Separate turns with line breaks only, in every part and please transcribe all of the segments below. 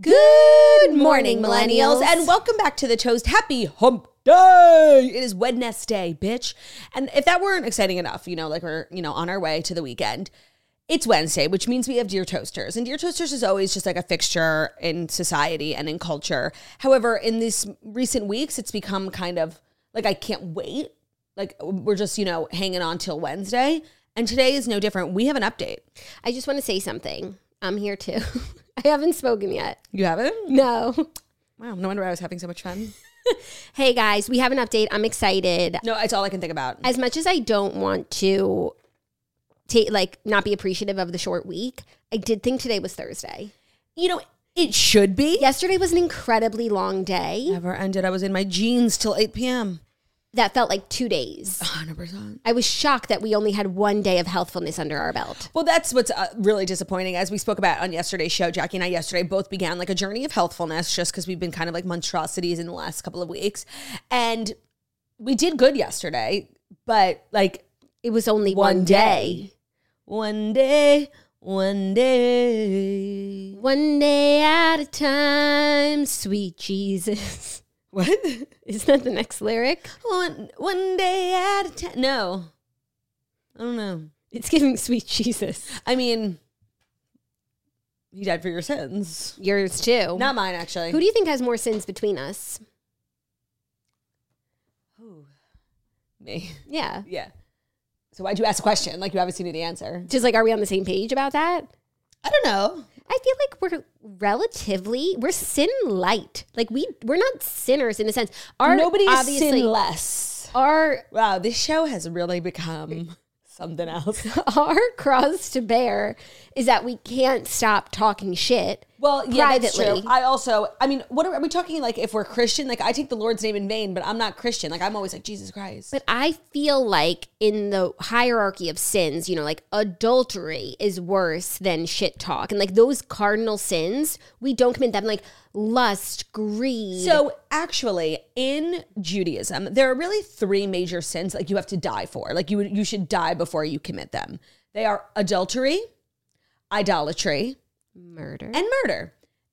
Good morning, millennials, and welcome back to the Toast. Happy Hump Day! It is Wednesday, bitch. And if that weren't exciting enough, you know, like we're you know on our way to the weekend. It's Wednesday, which means we have Dear Toasters. And Dear Toasters is always just like a fixture in society and in culture. However, in these recent weeks, it's become kind of like I can't wait. Like we're just, you know, hanging on till Wednesday. And today is no different. We have an update.
I just want to say something. I'm here too. I haven't spoken yet.
You haven't?
No.
Wow, no wonder I was having so much fun.
Hey guys, we have an update. I'm excited.
No, it's all I can think about.
As much as I don't want to take like not be appreciative of the short week, I did think today was Thursday.
you know, it should be.
Yesterday was an incredibly long day
Never ended. I was in my jeans till 8 p.m.
that felt like 2 days.
100%.
I was shocked that we only had 1 day of healthfulness under our belt.
Well, that's what's uh, really disappointing. As we spoke about on yesterday's show, Jackie and I yesterday both began like a journey of healthfulness just because we've been kind of like monstrosities in the last couple of weeks. And we did good yesterday, but like
It was only
One
1,
day.
day.
one day, one day.
One day at a time, sweet Jesus.
What?
Is that the next lyric?
one, one day at a time. No. I don't know.
It's giving sweet Jesus.
I mean, he died for your sins.
Yours too.
Not mine, actually.
Who do you think has more sins between us?
Me.
Yeah.
Yeah. So why'd you ask a question? Like you obviously knew the answer.
Just like, are we on the same page about that?
I don't know.
I feel like we're relatively we're sin light. Like we we're not sinners in a sense. Our
Nobody is
obviously
sinless.
our
Wow, this show has really become something else.
our cross to bear is that we can't stop talking shit.
Well, yeah, that's true.
Privately.
I also, I mean, what are, are we talking like if we're Christian? Like I take the Lord's name in vain, but I'm not Christian. Like I'm always like Jesus Christ.
But I feel like in the hierarchy of sins, you know, like adultery is worse than shit talk. And like those cardinal sins, we don't commit them like lust, greed.
So actually, in Judaism, there are really three major sins like you have to die for. Like you you should die before you commit them. They are adultery, idolatry,
murder.
and murder.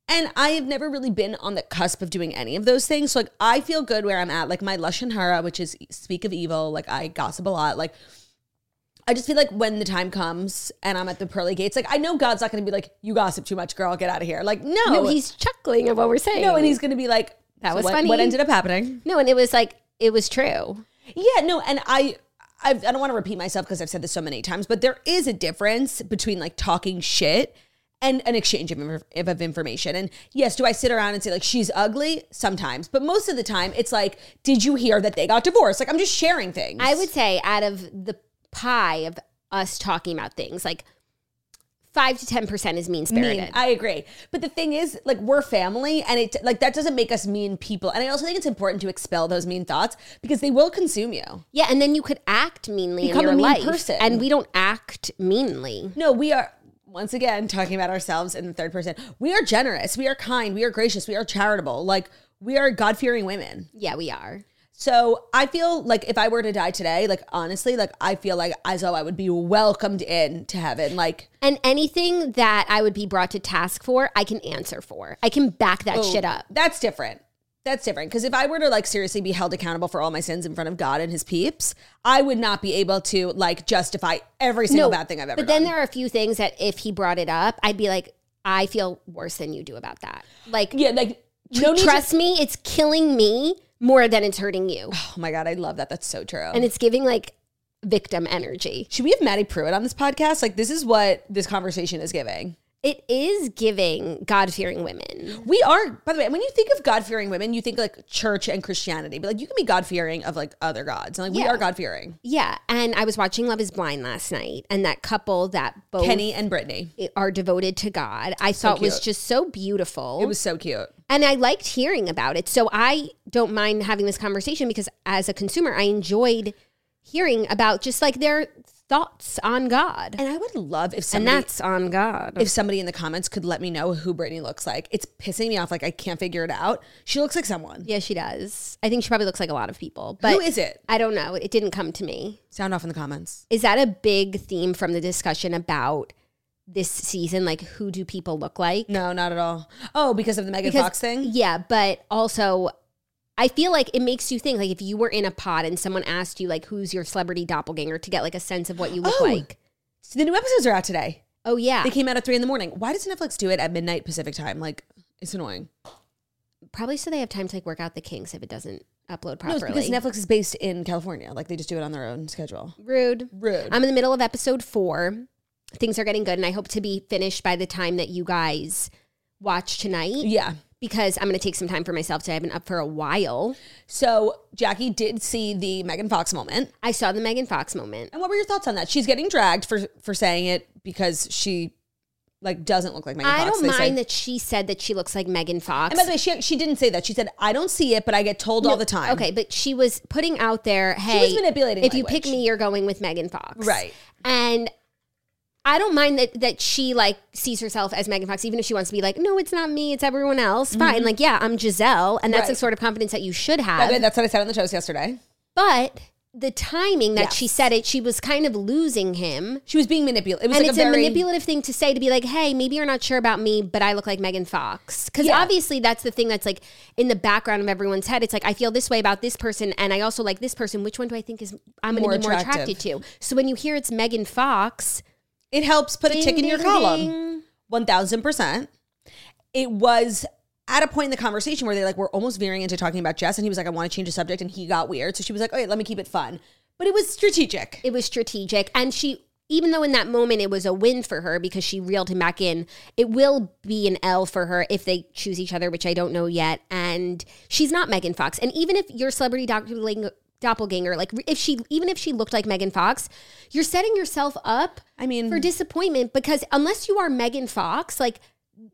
And I have never really been on the cusp of doing any of those things. So like I feel good where I'm at. Like my lashon hara, which is speak of evil. Like I gossip a lot. Like I just feel like when the time comes and I'm at the pearly gates, like I know God's not going to be like you gossip too much, girl, get out of here. Like no,
No, he's chuckling at what we're saying.
no, and he's going to be like
That
"So
was
what,
funny."
What ended up happening?
no, and it was like it was true.
Yeah, no, and I I've, I don't want to repeat myself because I've said this so many times, but there is a difference between like talking shit and an exchange of, inf- of information. And yes, do I sit around and say like she's ugly sometimes, but most of the time it's like, did you hear that they got divorced? Like I'm just sharing things.
I would say out of the pie of us talking about things, like five to ten percent is mean
mean.
spirited.
I agree. But the thing is, like, we're family, and it like that doesn't make us mean people. And I also think it's important to expel those mean thoughts because they will consume you.
Yeah, and then you could act meanly
Become
in
a
your
mean
life,
person.
and we don't act meanly.
No, we are once again talking about ourselves in the third person. We are generous, we are kind, we are gracious, we are charitable. Like we are God-fearing women.
Yeah, we are.
So I feel like if I were to die today, like honestly, like I feel like as though I would be welcomed in to heaven. Like
And anything that I would be brought to task for, I can answer for. I can back
Oh,
that shit up.
that's different. That's different. Because if I were to like seriously be held accountable for all my sins in front of God and his peeps, I would not be able to like justify every single bad thing I've ever
But
done.
then there are a few things that if he brought it up, I'd be like, I feel worse than you do about that. Like,
yeah, like no need to-
trust me, it's killing me more than it's hurting you.
oh my God, I love that. That's so true.
and it's giving like victim energy.
Should we have Maddie Pruitt on this podcast? Like, this is what this conversation is giving.
It is giving God fearing women.
We are, by the way, when you think of God fearing women, you think like church and Christianity, but like you can be God fearing of like other gods. And like, we
Yeah.
are God fearing.
Yeah. And I was watching Love is Blind last night, and that couple that both
Kenny and Brittany.
are devoted to God, I thought was
cute.
just so beautiful.
It was so cute.
and I liked hearing about it. So I don't mind having this conversation because as a consumer, I enjoyed hearing about just like their thoughts on God.
And I would love if
And
somebody.
that's on God.
if somebody in the comments could let me know who Brittany looks like, it's pissing me off. Like I can't figure it out. She looks like someone.
yeah, she does. I think she probably looks like a lot of people, but
who is it?
I don't know. It didn't come to me.
Sound off in the comments.
is that a big theme from the discussion about this season, like who do people look like?
No, not at all. Oh, because of the Megan Fox thing?
Yeah, but also I feel like it makes you think like if you were in a pod and someone asked you like who's your celebrity doppelganger to get like a sense of what you look
Oh.
like.
So the new episodes are out today.
Oh yeah.
They came out at three in the morning. Why does Netflix do it at midnight Pacific time? Like, it's annoying.
Probably so they have time to like work out the kinks if it doesn't upload
No, it's
properly.
because Netflix is based in California. Like, they just do it on their own schedule.
Rude.
Rude.
I'm in the middle of episode four. Things are getting good, and I hope to be finished by the time that you guys watch tonight
yeah.
because I'm going to take some time for myself today. I've been up for a while.
So Jackie did see the Megan Fox moment.
I saw the Megan Fox moment.
And what were your thoughts on that? She's getting dragged for for saying it because she like doesn't look like Megan
I
Fox.
don't
they say.
mind that she said that she looks like Megan Fox.
And by the way, she she didn't say that. She said, "I don't see it, but I get told all the time."
Okay, but she was putting out there, hey,
was manipulating
if you pick
language.
me, you're going with Megan Fox.
Right.
And I don't mind that that she like sees herself as Megan Fox, even if she wants to be like, no, it's not me, it's everyone else. Fine. Like, yeah, I'm Giselle. And that's
Mm-hmm.
the
Right.
sort of confidence that you should
By
have.
the way, that's what I said on the toast yesterday.
but the timing that she
Yes.
said it, she was kind of losing him.
She was being manipulated. It was
And
like
it's
a
a,
very
manipulative thing to say to be like, hey, maybe you're not sure about me, but I look like Megan Fox. Because
Yeah.
obviously that's the thing that's like in the background of everyone's head. It's like, I feel this way about this person and I also like this person. Which one do I think is I'm going
More
to be more
attractive.
attracted to? So when you hear it's Megan Fox,
It helps put a tick in
ding,
your
ding,
column.
ding.
One thousand percent. It was at a point in the conversation where they like were almost veering into talking about Jess, and he was like, "I want to change the subject," and he got weird. So she was like, "Oh, let me keep it fun," but it was strategic.
It was strategic. And she, even though in that moment it was a win for her because she reeled him back in, it will be an L for her if they choose each other, which I don't know yet. And she's not Megan Fox. And even if your celebrity doppelganger, doppelganger like if she, even if she looked like Megan Fox, you're setting yourself up
I mean,
for disappointment because unless you are Megan Fox, like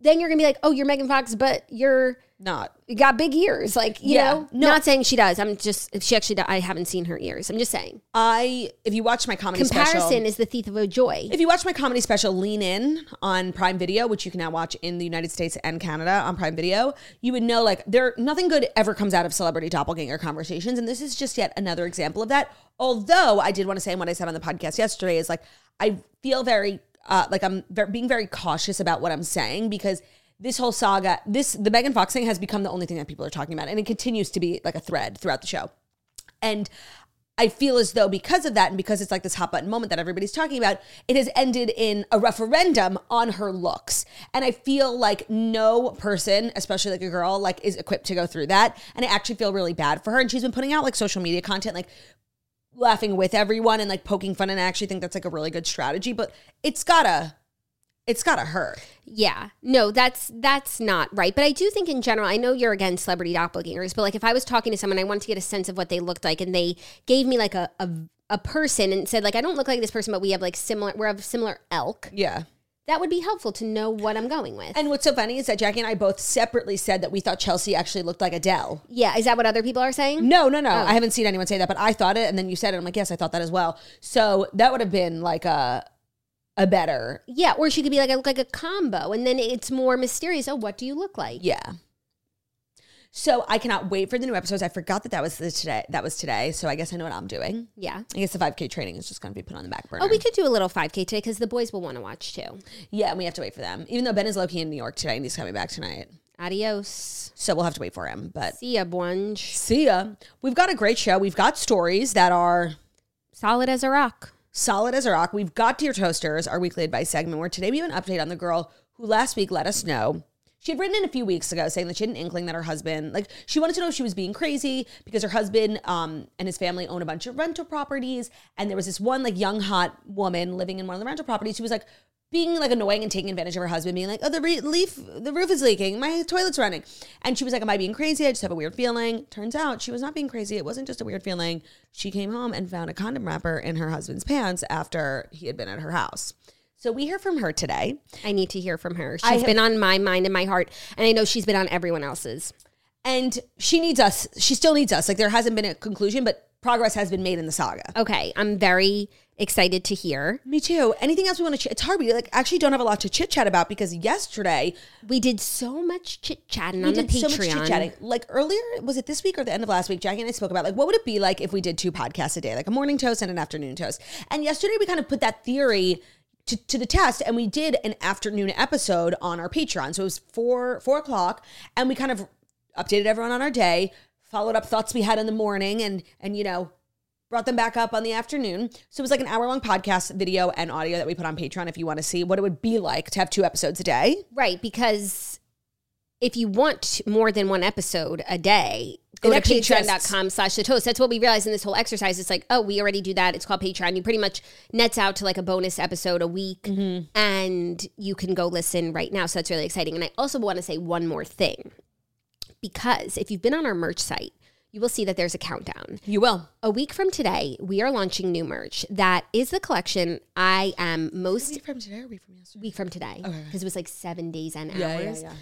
then you're gonna be like, oh, you're Megan Fox, but you're
not
you got big ears, like you
Yeah.
know. Not saying she does. I'm just she actually. do- I haven't seen her ears. I'm just saying
I if you watch my comedy
comparison
special,
is the thief of a joy.
if you watch my comedy special Lean In on Prime Video, which you can now watch in the United States and Canada on Prime Video, you would know like there nothing good ever comes out of celebrity doppelganger conversations and this is just yet another example of that. Although I did want to say and what I said on the podcast yesterday is like I feel very uh, like I'm ver- being very cautious about what I'm saying because this whole saga, this the Megan Fox thing has become the only thing that people are talking about and it continues to be like a thread throughout the show. And I feel as though because of that, and because it's like this hot button moment that everybody's talking about, it has ended in a referendum on her looks. And I feel like no person, especially like a girl, like is equipped to go through that. And I actually feel really bad for her. And she's been putting out like social media content, like laughing with everyone and like poking fun. And I actually think that's like a really good strategy, but it's gotta, it's gotta hurt.
Yeah, no, that's that's not right. But I do think in general, I know you're against celebrity doppelgangers, but like if I was talking to someone, I wanted to get a sense of what they looked like, and they gave me like a a, a person and said like I don't look like this person, but we have like similar, we're of similar elk.
Yeah.
That would be helpful to know what I'm going with.
And what's so funny is that Jackie and I both separately said that we thought Chelsea actually looked like Adele.
yeah, is that what other people are saying?
No, no, no. I haven't seen anyone say that, but I thought it, and then you said it. I'm like, yes, I thought that as well. So that would have been like a a better,
Yeah, or she could be like I look like a combo, and then it's more mysterious. Oh, what do you look like?
yeah. So I cannot wait for the new episodes. I forgot that that was the today. That was today. So I guess I know what I'm doing.
Yeah.
I guess the 5K training is just going to be put on the back burner.
Oh, we could do a little 5K today because the boys will want to watch too.
yeah, and we have to wait for them. Even though Ben is low key in New York today, and he's coming back tonight,
Adios.
so we'll have to wait for him. But
See ya, Buanj.
see ya. We've got a great show. We've got stories that are
Solid as a rock.
solid as a rock. We've got to your toasters, our weekly advice segment, where today we have an update on the girl who last week let us know. She had written in a few weeks ago saying that she had an inkling that her husband, like, she wanted to know if she was being crazy because her husband um, and his family own a bunch of rental properties. And there was this one, like, young, hot woman living in one of the rental properties who was, like, being, like, annoying and taking advantage of her husband, being like, oh, the re- leaf, the roof is leaking. My toilet's running. And she was like, am I being crazy? I just have a weird feeling. Turns out she was not being crazy. It wasn't just a weird feeling. She came home and found a condom wrapper in her husband's pants after he had been at her house. So we hear from her today.
I need to hear from her. She's
I have-
been on my mind and my heart, and I know she's been on everyone else's.
and she needs us. She still needs us. Like there hasn't been a conclusion, but progress has been made in the saga.
Okay, I'm very excited to hear.
Me too. Anything else we want to? Ch- it's hard. We like actually don't have a lot to chit chat about because yesterday
We did so much chit chatting
we
on the
did
Patreon.
so much chit chatting. Like earlier, was it this week or the end of last week? Jackie and I spoke about like what would it be like if we did two podcasts a day, like a morning toast and an afternoon toast. And yesterday we kind of put that theory to, to the test and we did an afternoon episode on our patreon so it was four four o'clock and we kind of updated everyone on our day followed up thoughts we had in the morning and and you know brought them back up on the afternoon so it was like an hour long podcast video and audio that we put on patreon if you want to see what it would be like to have two episodes a day
Right, because if you want more than one episode a day, go
It
to
actually exists.
patreon.com slash the toast. That's what we realized in this whole exercise. It's like, oh, we already do that. It's called Patreon. You pretty much nets out to like a bonus episode a week and you can go listen right now. So that's really exciting. And I also want to say one more thing because if you've been on our merch site, you will see that there's a countdown.
you will
A week from today, we are launching new merch that is the collection I am most
from today or we from yesterday
week from today because it was like seven days and hours.
yeah, yeah, yeah.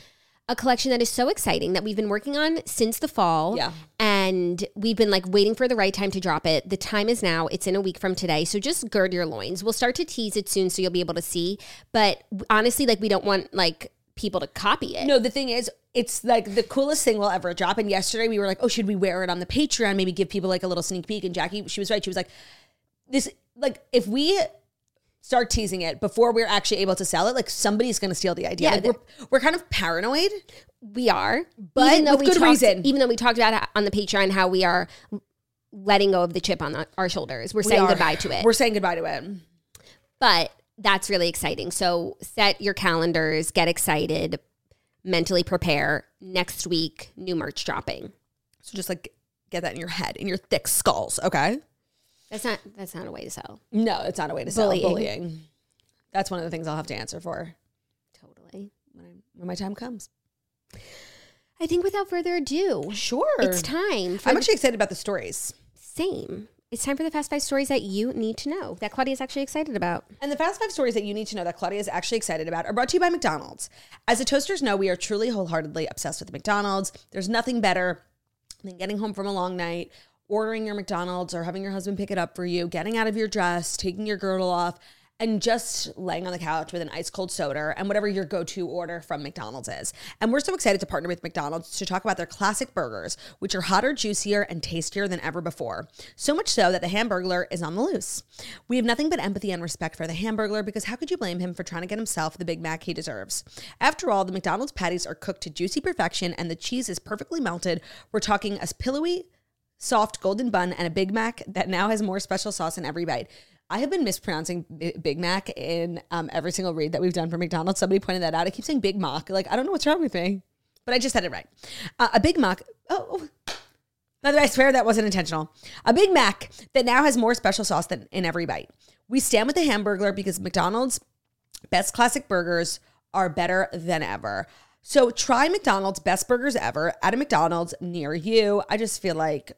A collection that is so exciting that we've been working on since the fall.
Yeah.
And we've been like waiting for the right time to drop it. The time is now. It's in a week from today. So just gird your loins. We'll start to tease it soon so you'll be able to see. But honestly, like we don't want like people to copy it.
No, the thing is, it's like the coolest thing we'll ever drop. And yesterday we were like, oh, should we wear it on the Patreon? Maybe give people like a little sneak peek. And Jackie, she was right. She was like, this, like, if we start teasing it before we're actually able to sell it, like somebody's going to steal the idea.
Yeah,
Like,
the-
we're, we're kind of paranoid.
We are,
But
even though
with
we
good
talked,
reason.
Even though we talked about it on the Patreon how we are letting go of the chip on the, our shoulders, we're
We
saying
are-
goodbye to it.
We're saying goodbye to it.
but that's really exciting. So set your calendars, get excited, mentally prepare. Next week, new merch dropping.
So just like get that in your head, in your thick skulls, okay?
That's not that's not a way to sell.
No, it's not a way to sell
Bullying.
bullying. That's one of the things I'll have to answer for
Totally.
when, I, when my time comes.
I think without further ado,
Sure.
it's time for
I'm
the
actually excited about the stories.
same. It's time for the fast five stories that you need to know that Claudia's actually excited about.
And the fast five stories that you need to know that Claudia is actually excited about are brought to you by McDonald's. As the toasters know, we are truly wholeheartedly obsessed with McDonald's. There's nothing better than getting home from a long night, ordering your McDonald's or having your husband pick it up for you, getting out of your dress, taking your girdle off, and just laying on the couch with an ice cold soda and whatever your go to order from McDonald's is. And we're so excited to partner with McDonald's to talk about their classic burgers, which are hotter, juicier, and tastier than ever before. So much so that the hamburglar is on the loose. We have nothing but empathy and respect for the hamburglar because how could you blame him for trying to get himself the Big Mac he deserves? After all, the McDonald's patties are cooked to juicy perfection and the cheese is perfectly melted. We're talking a pillowy, soft golden bun and a Big Mac that now has more special sauce in every bite. I have been mispronouncing B- Big Mac in um, every single read that we've done for McDonald's. Somebody pointed that out. I keep saying Big Mac. Like, I don't know what's wrong with me, but I just said it right. Uh, a Big Mac. Oh, oh, by the way, I swear that wasn't intentional. A Big Mac that now has more special sauce than in every bite. We stand with the hamburger because McDonald's best classic burgers are better than ever. So try McDonald's best burgers ever at a McDonald's near you. I just feel like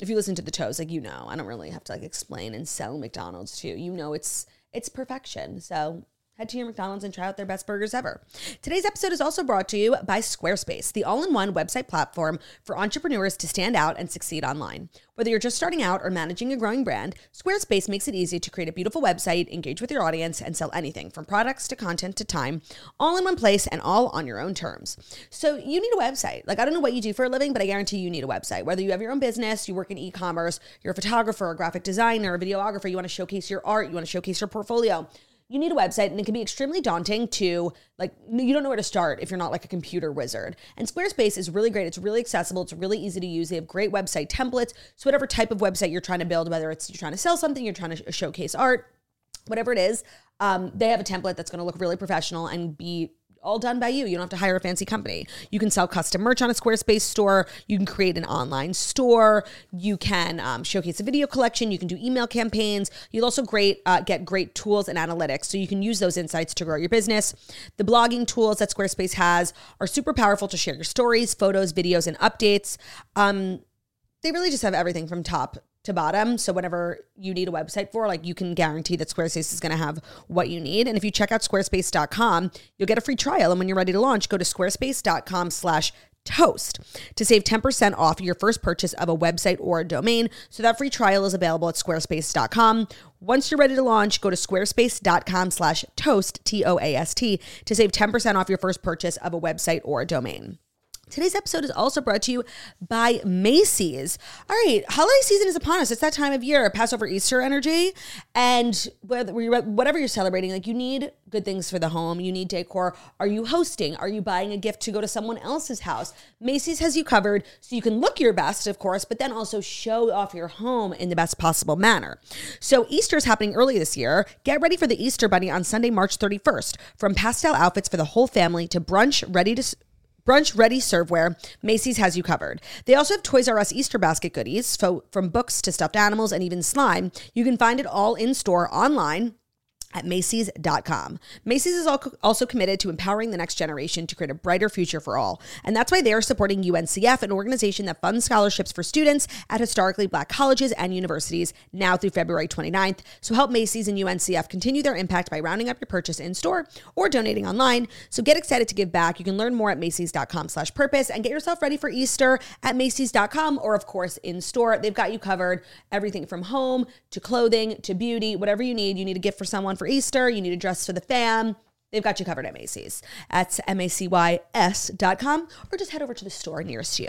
if you listen to the toes, like you know, I don't really have to like explain and sell McDonald's to you. You know, it's it's perfection. So head to your McDonald's and try out their best burgers ever. Today's episode is also brought to you by Squarespace, the all-in-one website platform for entrepreneurs to stand out and succeed online. Whether you're just starting out or managing a growing brand, Squarespace makes it easy to create a beautiful website, engage with your audience, and sell anything from products to content to time, all in one place and all on your own terms. So you need a website. Like I don't know what you do for a living, but I guarantee you need a website. Whether you have your own business, you work in e-commerce, you're a photographer, a graphic designer, a videographer, you want to showcase your art, you want to showcase your portfolio. You need a website and it can be extremely daunting to like you don't know where to start if you're not like a computer wizard. And Squarespace is really great. It's really accessible, it's really easy to use. They have great website templates. So whatever type of website you're trying to build, whether it's you're trying to sell something, you're trying to sh- showcase art, whatever it is, um, they have a template that's going to look really professional and be all done by you. You don't have to hire a fancy company. You can sell custom merch on a Squarespace store. You can create an online store. You can um, showcase a video collection. You can do email campaigns. You'll also great uh, get great tools and analytics, so you can use those insights to grow your business. The blogging tools that Squarespace has are super powerful to share your stories, photos, videos, and updates. Um, they really just have everything from top to bottom. So whatever you need a website for, like you can guarantee that Squarespace is going to have what you need. And if you check out squarespace.com, you'll get a free trial. And when you're ready to launch, go to squarespace.com slash toast to save 10% off your first purchase of a website or a domain. So that free trial is available at squarespace.com. Once you're ready to launch, go to squarespace.com slash toast, T-O-A-S-T, to save 10% off your first purchase of a website or a domain. Today's episode is also brought to you by Macy's. All right, holiday season is upon us. It's that time of year, Passover, Easter energy, and whether whatever you're celebrating, like you need good things for the home. You need decor. Are you hosting? Are you buying a gift to go to someone else's house? Macy's has you covered, so you can look your best, of course, but then also show off your home in the best possible manner. So Easter is happening early this year. Get ready for the Easter Bunny on Sunday, March 31st. From pastel outfits for the whole family to brunch ready to. s- Brunch ready serveware, Macy's has you covered. They also have Toys R Us Easter basket goodies, fo- from books to stuffed animals and even slime. You can find it all in store online at Macy's.com. Macy's is al- also committed to empowering the next generation to create a brighter future for all. And that's why they are supporting UNCF, an organization that funds scholarships for students at historically black colleges and universities now through February 29th. So help Macy's and UNCF continue their impact by rounding up your purchase in store or donating online. So get excited to give back. You can learn more at Macy's.com slash purpose and get yourself ready for Easter at Macy's.com or of course in store. They've got you covered everything from home to clothing to beauty, whatever you need. You need a gift for someone for Easter, you need a dress for the fam. They've got you covered at Macy's. That's M A C Y S dot com, or just head over to the store nearest to you.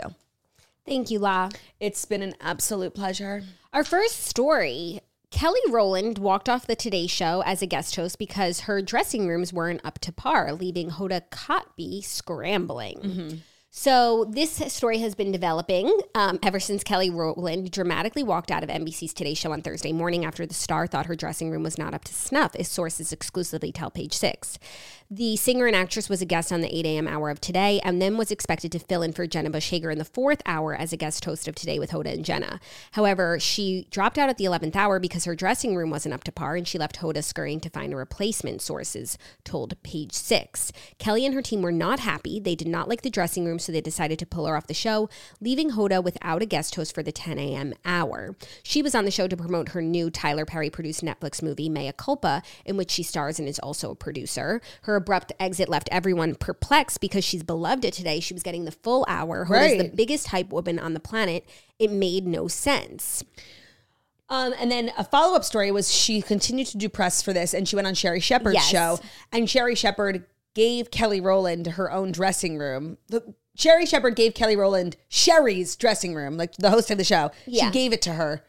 Thank you, La.
It's been an absolute pleasure.
Our first story Kelly Rowland walked off the Today Show as a guest host because her dressing rooms weren't up to par, leaving Hoda Kotb scrambling. So, this story has been developing um, ever since Kelly Rowland dramatically walked out of NBC's Today Show on Thursday morning after the star thought her dressing room was not up to snuff, as sources exclusively tell Page Six. The singer and actress was a guest on the 8 a.m. hour of today and then was expected to fill in for Jenna Bush Hager in the fourth hour as a guest host of today with Hoda and Jenna. However, she dropped out at the 11th hour because her dressing room wasn't up to par and she left Hoda scurrying to find a replacement, sources told Page Six. Kelly and her team were not happy. They did not like the dressing room, so they decided to pull her off the show, leaving Hoda without a guest host for the 10 a.m. hour. She was on the show to promote her new Tyler Perry produced Netflix movie, Mea Culpa, in which she stars and is also a producer. Her abrupt exit left everyone perplexed because she's beloved at today. She was getting the full hour. Hoda's
Right.
the biggest hype woman on the planet. It made no sense.
Um, and then a follow up story was she continued to do press for this and she went on Sherry Shepherd's
Yes.
show. And Sherry Shepherd gave Kelly Rowland her own dressing room. The, Sherry Shepherd gave Kelly Rowland Sherry's dressing room, like the host of the show.
Yeah.
She gave it to her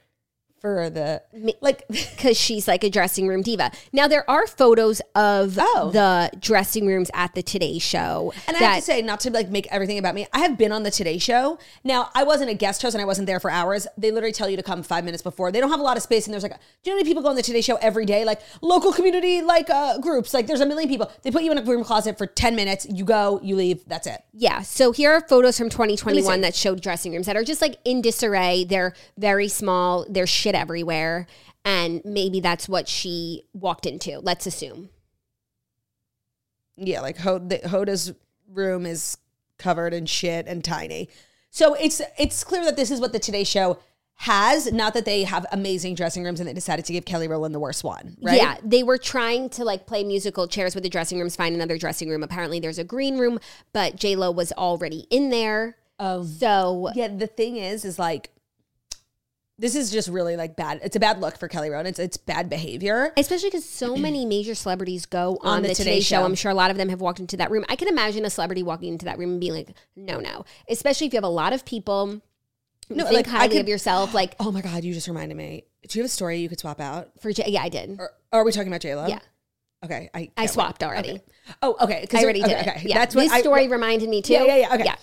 for the.
like because she's like a dressing room diva. Now there are photos of
Oh.
the dressing rooms at the Today Show.
And I
that-
have to say, not to like make everything about me, I have been on the Today Show. Now, I wasn't a guest host and I wasn't there for hours. They literally tell you to come five minutes before. They don't have a lot of space, and there's like, do you know how many people go on the Today Show every day? Like local community, like uh, groups. Like there's a million people. They put you in a room closet for ten minutes. You go, you leave. That's it.
yeah. So here are photos from 2021
see.
that showed dressing rooms that are just like in disarray. They're very small. There's shit everywhere, and maybe that's what she walked into. Let's assume.
Yeah, like Ho- the, Hoda's room is covered in shit and tiny. So it's it's clear that this is what the Today Show has. Not that they have amazing dressing rooms and they decided to give Kelly Rowland the worst one, right?
Yeah, they were trying to like play musical chairs with the dressing rooms, find another dressing room. Apparently, there's a green room, but J Lo was already in there.
Um,
Oh, so
Yeah, the thing is, is like this is just really like bad. It's a bad look for Kelly Rowland. It's it's bad behavior.
Especially because so many major celebrities go on, the, Today, show. I'm sure a lot of them have walked into that room. I can imagine a celebrity walking into that room and being like, no, no. Especially if you have a lot of people.
No, like,
think
I
highly of
could-
yourself. Like,
Oh my god, you just reminded me. Do you have a story you could swap out?
for J- yeah, I did.
Or are we talking about J Lo?
Yeah.
Okay, I
I
can't
swapped
wait.
already.
Okay. Oh, okay. 'cause
I
there-
already
okay,
did it.
Okay,
Yeah,
that's what
this
I-
story reminded me too.
Yeah, yeah, yeah, okay.
Yeah.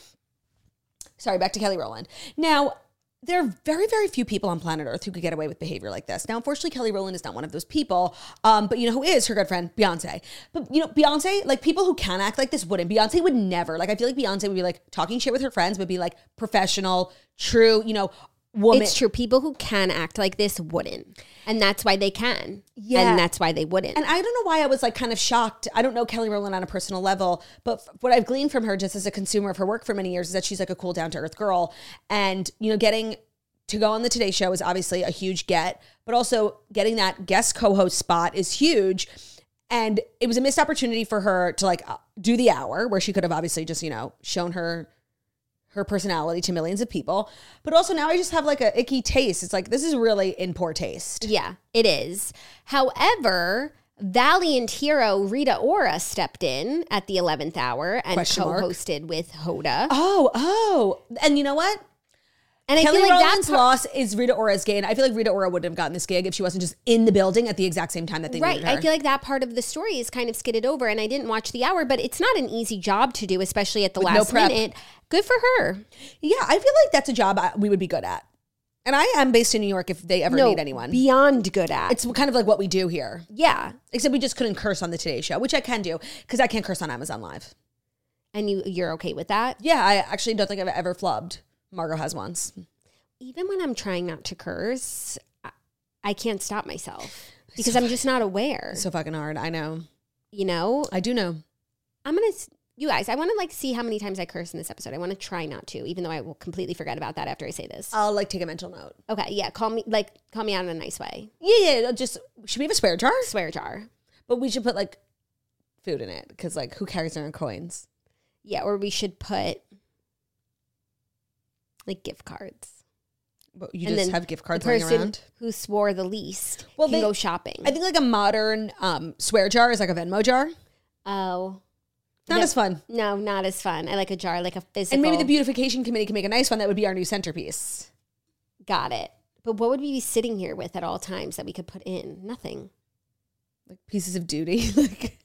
sorry, back to Kelly Rowland. Now, there are very, very few people on planet Earth who could get away with behavior like this. Now, unfortunately, Kelly Rowland is not one of those people. Um, but you know who is her good friend, Beyonce. But you know, Beyonce, like people who can act like this wouldn't. Beyonce would never. Like I feel like Beyonce would be like talking shit with her friends, would be like professional, true, you know, woman.
It's true. People who can act like this wouldn't. And that's why they can.
Yeah.
And that's why they wouldn't.
And I don't know why I was like kind of shocked. I don't know Kelly Rowland on a personal level, but f- what I've gleaned from her just as a consumer of her work for many years is that she's like a cool, down to earth girl. And, you know, getting to go on the Today Show is obviously a huge get, but also getting that guest co host spot is huge. And it was a missed opportunity for her to like uh, do the hour where she could have obviously just, you know, shown her her personality to millions of people. But also now I just have like a icky taste. It's like this is really in poor taste.
Yeah, it is. However, Valiant hero Rita Ora stepped in at the 11th hour and
Question
co
mark.
hosted with Hoda.
Oh, oh. And you know what?
And I
Kelly
feel like
Rowland's
that's
loss is Rita Ora's gain. I feel like Rita Ora wouldn't have gotten this gig if she wasn't just in the building at the exact same time that they
Right.
needed her.
I feel like that part of the story is kind of skidded over, and I didn't watch the hour, but it's not an easy job to do, especially at the
no
last
prep.
minute. Good for her.
yeah, I feel like that's a job I, we would be good at. And I am based in New York if they ever need anyone.
Beyond good at.
it's kind of like what we do here,
yeah.
except we just couldn't curse on the Today Show, which I can do because I can't curse on Amazon Live.
And you, you're okay with that?
Yeah, I actually don't think I've ever flubbed. Margot has once.
Even when I'm trying not to curse, I, I can't stop myself because I'm just not aware.
It's so fucking hard. I know.
You know,
I do know.
I'm gonna. s- You guys, I want to like see how many times I curse in this episode. I want to try not to, even though I will completely forget about that after I say this.
I'll like take a mental note.
okay, yeah, call me like call me out in a nice way.
Yeah, yeah. Just should we have a spare jar?
Swear jar.
But we should put like food in it because like who carries their own coins?
Yeah, or we should put like gift cards.
But you
And
just
then
have gift cards
the
laying
person
around.
who swore the least
Well,
can
they-
go shopping.
I think like a modern um, swear jar is like a Venmo jar.
oh
Not
No.
as fun.
no, not as fun. I like a jar, like a physical.
And maybe the beautification committee can make a nice one. That would be our new centerpiece.
got it. But what would we be sitting here with at all times that we could put in? Nothing.
Like pieces of duty, like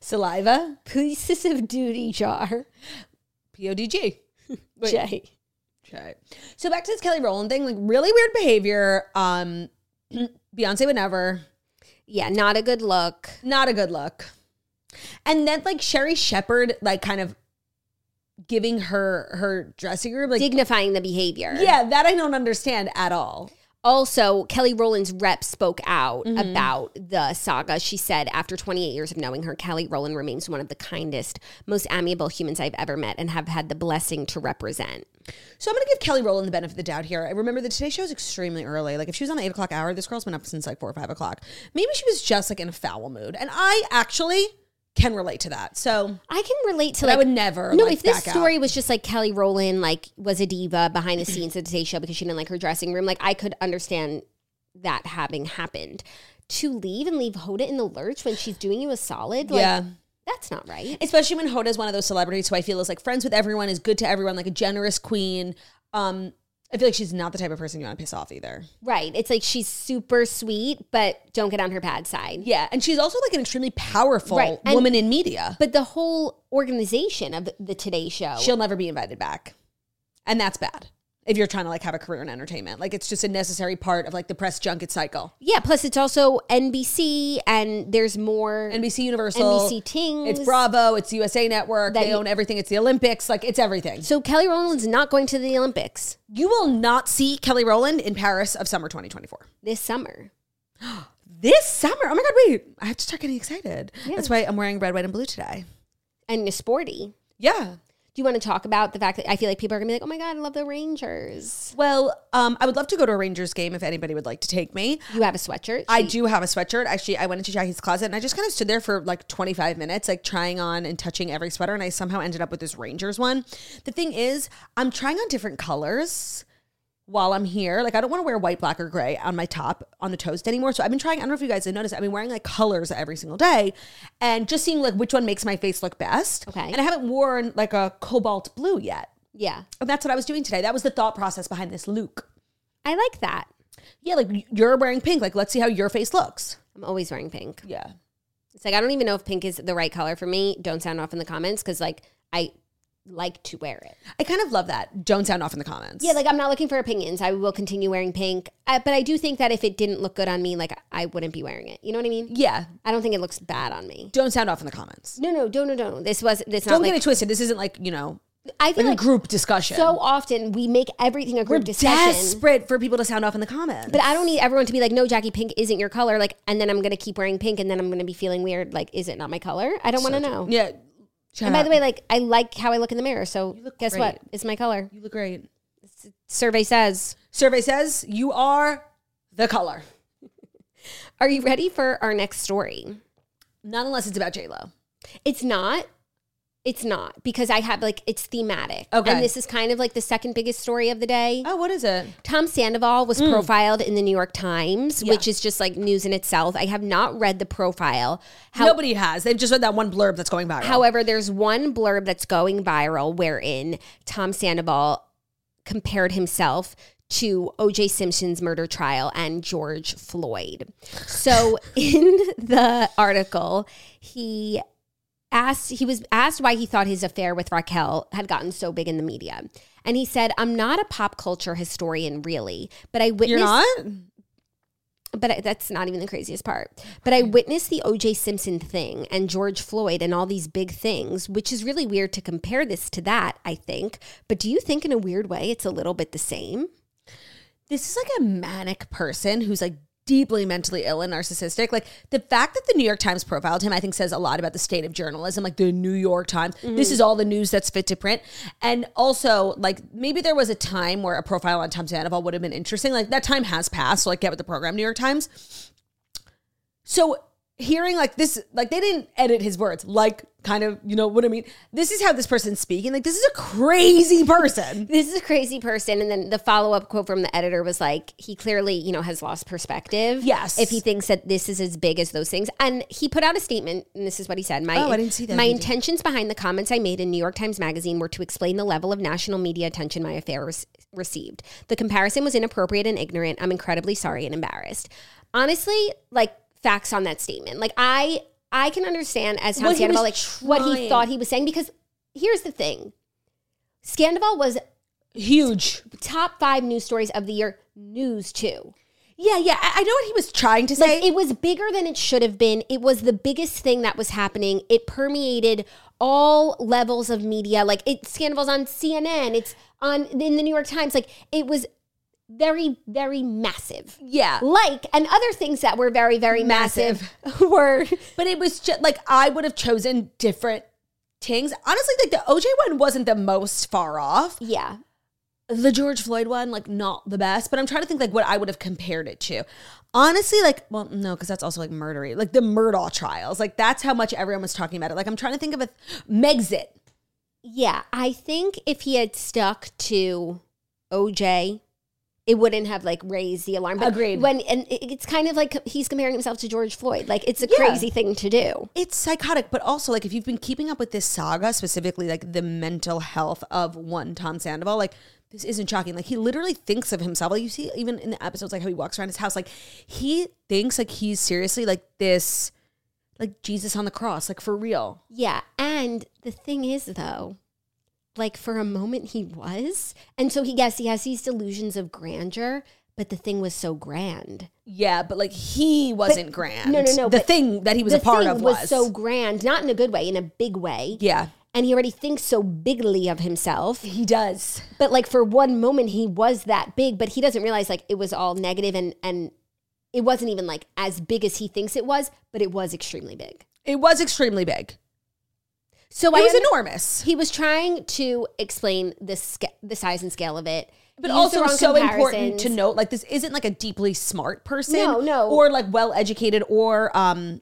saliva,
Pieces of duty jar.
PODG. Wait.
Jay.
Okay. So back to this Kelly Rowland thing, like really weird behavior. Um, Beyonce would never.
Yeah, not a good look.
Not a good look. And then like Sherry Shepard, like kind of giving her her dressing room, like
Dignifying the behavior.
yeah, that I don't understand at all.
Also, Kelly Rowland's rep spoke out
Mm-hmm.
about the saga. She said, after 28 years of knowing her, Kelly Rowland remains one of the kindest, most amiable humans I've ever met and have had the blessing to represent.
So I'm gonna give Kelly Rowland the benefit of the doubt here. I remember the Today Show is extremely early. Like if she was on the eight o'clock hour, this girl's been up since like four or five o'clock. Maybe she was just like in a foul mood, and I actually can relate to that. So
I can relate to
I
like.
would never.
no,
like,
if this
back out.
story was just like Kelly Rowland, like was a diva behind the scenes of the Today Show because she didn't like her dressing room, like I could understand that having happened. To leave and leave Hoda in the lurch when she's doing you a solid, like,
Yeah.
that's not right.
especially when Hoda is one of those celebrities who I feel is like friends with everyone, is good to everyone, like a generous queen. Um, I feel like she's not the type of person you want to piss off either.
Right. It's like she's super sweet, but don't get on her bad side.
Yeah, and she's also like an extremely powerful
Right, and-
woman in media.
But the whole organization of the Today Show,
She'll never be invited back, and that's bad if you're trying to like have a career in entertainment. Like it's just a necessary part of like the press junket cycle.
yeah. Plus, it's also NBC, and there's more
NBC Universal,
NBC Tings.
it's Bravo, it's USA Network.
That
they
you-
own everything. It's the Olympics. Like it's everything.
So Kelly Rowland's not going to the Olympics
You will not see Kelly Rowland in Paris of summer 2024.
this summer.
This summer. Oh my God, wait. I have to start getting excited. That's why I'm wearing red, white, and blue today.
And you sporty.
Yeah.
Do you want to talk about the fact that I feel like people are gonna be like, "Oh my god, I love the Rangers."
Well, um, I would love to go to a Rangers game if anybody would like to take me.
You have a sweatshirt.
I do have a sweatshirt. Actually, I went into Jackie's closet and I just kind of stood there for like 25 minutes, like trying on and touching every sweater. And I somehow ended up with this Rangers one. The thing is, I'm trying on different colors while I'm here. Like, I don't want to wear white, black, or gray on my top on the toast anymore. So I've been trying, I don't know if you guys have noticed, I've been wearing like colors every single day and just seeing like which one makes my face look best.
Okay.
And I haven't worn like a cobalt blue yet.
yeah,
And that's what I was doing today. That was the thought process behind this Luke.
I like that.
Yeah, like you're wearing pink. Like, let's see how your face looks.
I'm always wearing pink.
Yeah.
It's like I don't even know if pink is the right color for me. Don't sound off in the comments because like I like to wear it.
I kind of love that. Don't sound off in the comments.
Yeah, like I'm not looking for opinions. I will continue wearing pink, I, but I do think that if it didn't look good on me, like I wouldn't be wearing it. You know what I mean?
yeah.
I don't think it looks bad on me.
Don't sound off in the comments.
No, no, no, no, no. This was this
Don't
not
get
like
it twisted. This isn't like you know
I
like
feel
a
like
group discussion.
so often we make everything a group
we're
discussion.
desperate for people to sound off in the comments.
But I don't need everyone to be like, no, Jackie, pink isn't your color. Like, and then I'm gonna keep wearing pink, and then I'm gonna be feeling weird. Like, is it not my color? I don't want to know.
yeah. Shut
And by
up.
the way, like, I like how I look in the mirror. So
look
guess what?
great.
It's my color.
you look great.
Survey says.
Survey says you are the color,
Are you ready for our next story?
not unless it's about J Lo.
It's not. It's not because I have like it's thematic.
Okay.
And this is kind of like the second biggest story of the day.
Oh, what is it?
Tom Sandoval was profiled in the New York Times,
Yeah.
which is just like news in itself. I have not read the profile. How,
Nobody has. They've just read that one blurb that's going viral.
However, there's one blurb that's going viral wherein Tom Sandoval compared himself to OJ Simpson's murder trial and George Floyd. So in the article, he asked he was asked why he thought his affair with Raquel had gotten so big in the media. And he said, "I'm not a pop culture historian really, but I witnessed
You're not?
but I, that's not even the craziest part. But I witnessed the OJ Simpson thing and George Floyd and all these big things, which is really weird to compare this to that, I think. But do you think, in a weird way, it's a little bit the same?
This is like a manic person who's like deeply mentally ill and narcissistic. Like the fact that the New York Times profiled him, I think says a lot about the state of journalism. Like the New York Times, this is all the news that's fit to print. And also, like maybe there was a time where a profile on Tom Sandoval would have been interesting. Like that time has passed. So like get with the program, New York Times. So hearing like this, like they didn't edit his words, like kind of, you know what I mean? This is how this person's speaking. Like this is a crazy person.
This is a crazy person. And then the follow up quote from the editor was like, he clearly, you know, has lost perspective.
Yes.
If he thinks that this is as big as those things. And he put out a statement, and this is what he said. My,
Oh, I didn't see that.
My
He did.
intentions behind the comments I made in New York Times Magazine were to explain the level of national media attention my affair res- received. The comparison was inappropriate and ignorant. I'm incredibly sorry and embarrassed. Honestly, like, facts on that statement. Like, I. I can understand as Tom
What he was
Sandoval, like what he
trying.
thought he was saying, because here's the thing: Sandoval was
Huge.
top five news stories of the year news too.
Yeah, yeah. I, I know what he was trying to say.
Like it was bigger than it should have been. It was the biggest thing that was happening. It permeated all levels of media. Like it scandals on CNN. It's on in the New York Times. Like it was very very massive.
yeah.
Like and other things that were very very massive, were
But it was just like I would have chosen different things. Honestly, like the OJ one wasn't the most far off.
yeah.
The George Floyd one, like not the best, but I'm trying to think like what I would have compared it to. Honestly, like, well, no, because that's also like murdery. Like the Murdaugh trials. Like that's how much everyone was talking about it. Like I'm trying to think of a Megxit.
Yeah, I think if he had stuck to OJ, it wouldn't have like raised the alarm. But
Agreed.
When and it- it's kind of like he's comparing himself to George Floyd. Like it's a
Yeah.
crazy thing to do.
it's psychotic, but also like if you've been keeping up with this saga, specifically like the mental health of one Tom Sandoval, like this isn't shocking. Like he literally thinks of himself. Like you see even in the episodes like how he walks around his house, like he thinks like he's seriously like this like Jesus on the cross, like for real.
Yeah, and the thing is though, like for a moment he was, and so he yes he has these delusions of grandeur, but the thing was so grand.
Yeah, but like he wasn't grand.
no, no,
The
but
thing that he was a
the
part
thing
of was,
was so grand, not in a good way, in a big way.
Yeah.
And he already thinks so bigly of himself.
He does.
but like for one moment he was that big but he doesn't realize like it was all negative and and it wasn't even like as big as he thinks it was but it was extremely big
It was extremely big.
so
It
I
was
under-
enormous.
he was trying to explain the sca- the size and scale of it
But
He used the
also, it's so
wrong
important
comparisons.
to note, like this isn't like a deeply smart person,
No, no.
or like well educated, or um,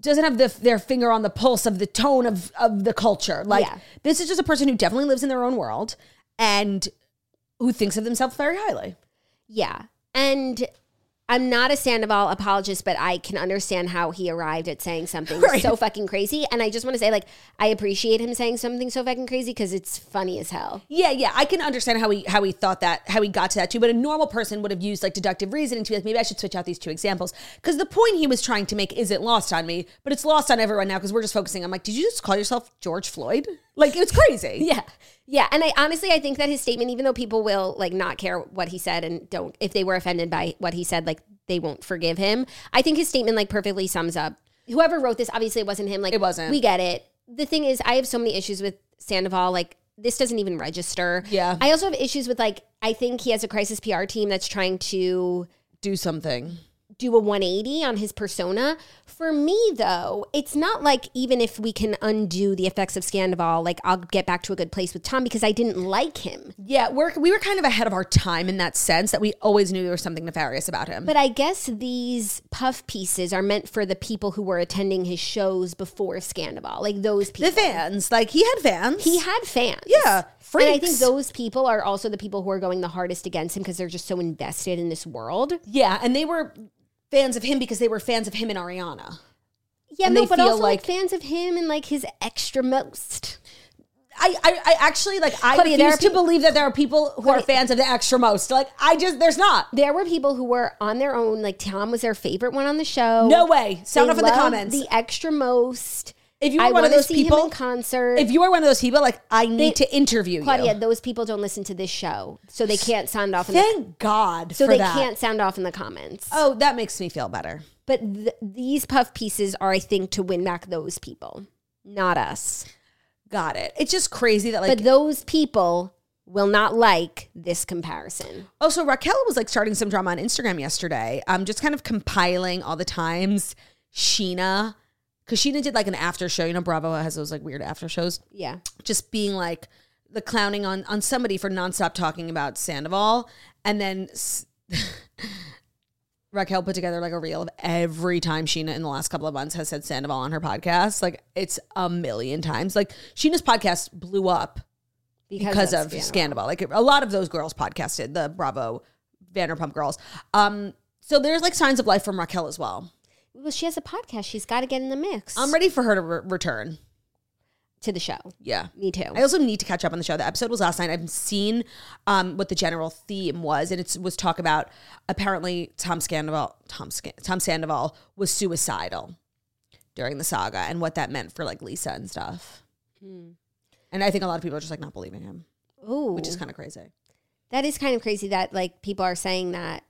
doesn't have the, their finger on the pulse of the tone of of the culture. Like
Yeah.
this is just a person who definitely lives in their own world and who thinks of themselves very highly.
yeah and i'm not a sandoval apologist but i can understand how he arrived at saying something
Right.
so fucking crazy and i just want to say like i appreciate him saying something so fucking crazy because it's funny as hell
Yeah, yeah, I can understand how he how he thought that, how he got to that too. But a normal person would have used like deductive reasoning to be like, maybe I should switch out these two examples because the point he was trying to make isn't lost on me, but it's lost on everyone now because we're just focusing. I'm like, did you just call yourself George Floyd? Like it's crazy.
Yeah. Yeah. And I honestly, I think that his statement, even though people will like not care what he said and don't, if they were offended by what he said, like they won't forgive him. I think his statement like perfectly sums up whoever wrote this. Obviously, it wasn't him. Like,
It wasn't.
We get it. The thing is, I have so many issues with Sandoval. Like, this doesn't even register.
Yeah.
I also have issues with like, I think he has a crisis PR team that's trying to
Do something.
do a 180 on his persona. For me, though, it's not like even if we can undo the effects of Scandival, like I'll get back to a good place with Tom because I didn't like him.
Yeah, we're, we were kind of ahead of our time in that sense that we always knew there was something nefarious about him.
But I guess these puff pieces are meant for the people who were attending his shows before Scandival, like those people.
the vans, like he had vans.
he had fans.
yeah, freaks.
And I think those people are also the people who are going the hardest against him because they're just so invested in this world.
yeah, and they were fans of him because they were fans of him and Ariana.
Yeah,
And
no,
they
but
feel
also like,
like-
fans of him and like his extra most.
I, I, I actually like I
Claudia, there
refuse
are
to
people-
believe that there are people who are fans of the extra most. Like I just there's not.
There were people who were on their own. Like Tom was their favorite one on the show.
No way. Sound
They
off in the
loved
comments.
The extra most.
if you
I
were one
want
of
to
those
see
people,
him in concert.
if you are one of those people, like I need to interview
Claudia,
you.
those people don't listen to this show, so they can't sound off. In the,
Thank God
so
for
they
that.
can't sound off in the comments.
Oh, that makes me feel better.
But th- these puff pieces are, I think, to win back those people, not us.
Got it. It's just crazy that like
but those people will not like this comparison.
Also, Raquel was like starting some drama on Instagram yesterday, um, just kind of compiling all the times Sheena, because Sheena did like an after show. You know, Bravo has those like weird after shows,
Yeah.
just being like the clowning on on somebody for nonstop talking about Sandoval, and then s- Raquel put together like a reel of every time Sheena in the last couple of months has said Sandoval on her podcast. Like it's a million times. Like Sheena's podcast blew up because of
yeah.
Scandal. Like a lot of those girls podcasted the Bravo Vanderpump Girls. Um, so there's like signs of life from Raquel as well.
Well, she has a podcast. She's got to get in the mix.
I'm ready for her to re- return.
to the show.
Yeah.
Me too.
I also need to catch up on the show. The episode was last night. I've seen um, what the general theme was, and it was talk about apparently Tom Sandoval, Tom, Scan- Tom Sandoval was suicidal during the saga, and what that meant for like Lisa and stuff. And I think a lot of people are just like not believing him,
Ooh,
which is kind of crazy.
that is kind of crazy that like people are saying that.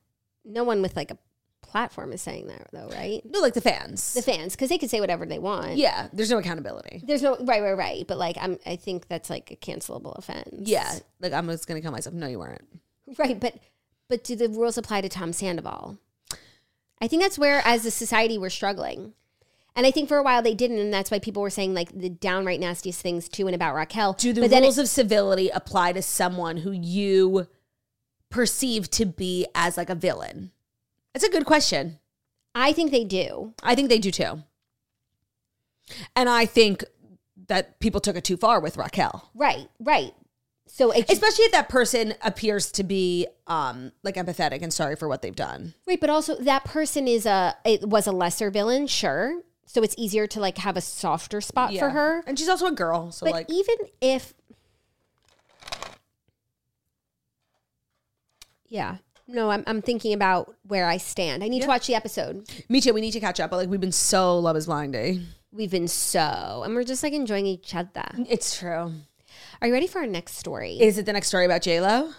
No one with like a platform is saying that though, right?
No, like the fans.
The fans, because they can say whatever they want.
yeah, there's no accountability.
There's no right, right, right. But like, I'm. I think that's like a cancelable offense.
Yeah, like I'm just gonna kill myself. No, you weren't.
Right, but but do the rules apply to Tom Sandoval? I think that's where, as a society, we're struggling. And I think for a while they didn't, and that's why people were saying like the downright nastiest things to and about Raquel.
Do the
but then it-
rules of civility apply to someone who you perceive to be as like a villain? It's a good question.
I think they do.
I think they do too. And I think that people took it too far with Raquel,
Right, right. So it,
especially if that person appears to be um, like empathetic and sorry for what they've done.
right, but also that person is a it was a lesser villain, sure. So it's easier to like have a softer spot for her.
and she's also a girl, so
But
like
even if, yeah, no, I'm I'm thinking about where I stand. I need to watch the episode.
me too. We need to catch up, but like we've been so love is blind. eh?
We've been so, and we're just like enjoying each other.
It's true.
Are you ready for our next story? It,
Is Mm. it the next story about J Lo?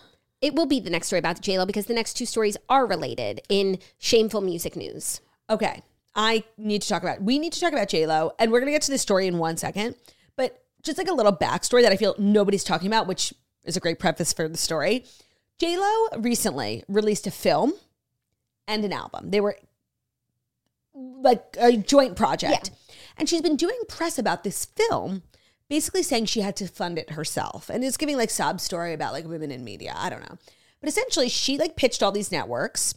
will be the next story about J Lo because the next two stories are related in shameful music news.
Okay. I need to talk about we need to talk about Lo, and we're gonna get to this story in one second. But just like a little backstory that I feel nobody's talking about, which is a great preface for the story. Lo recently released a film and an album. They were like a joint project. And she's been doing press about this film, basically saying she had to fund it herself. And it's giving like sob story about like women in media. I don't know. But essentially she like pitched all these networks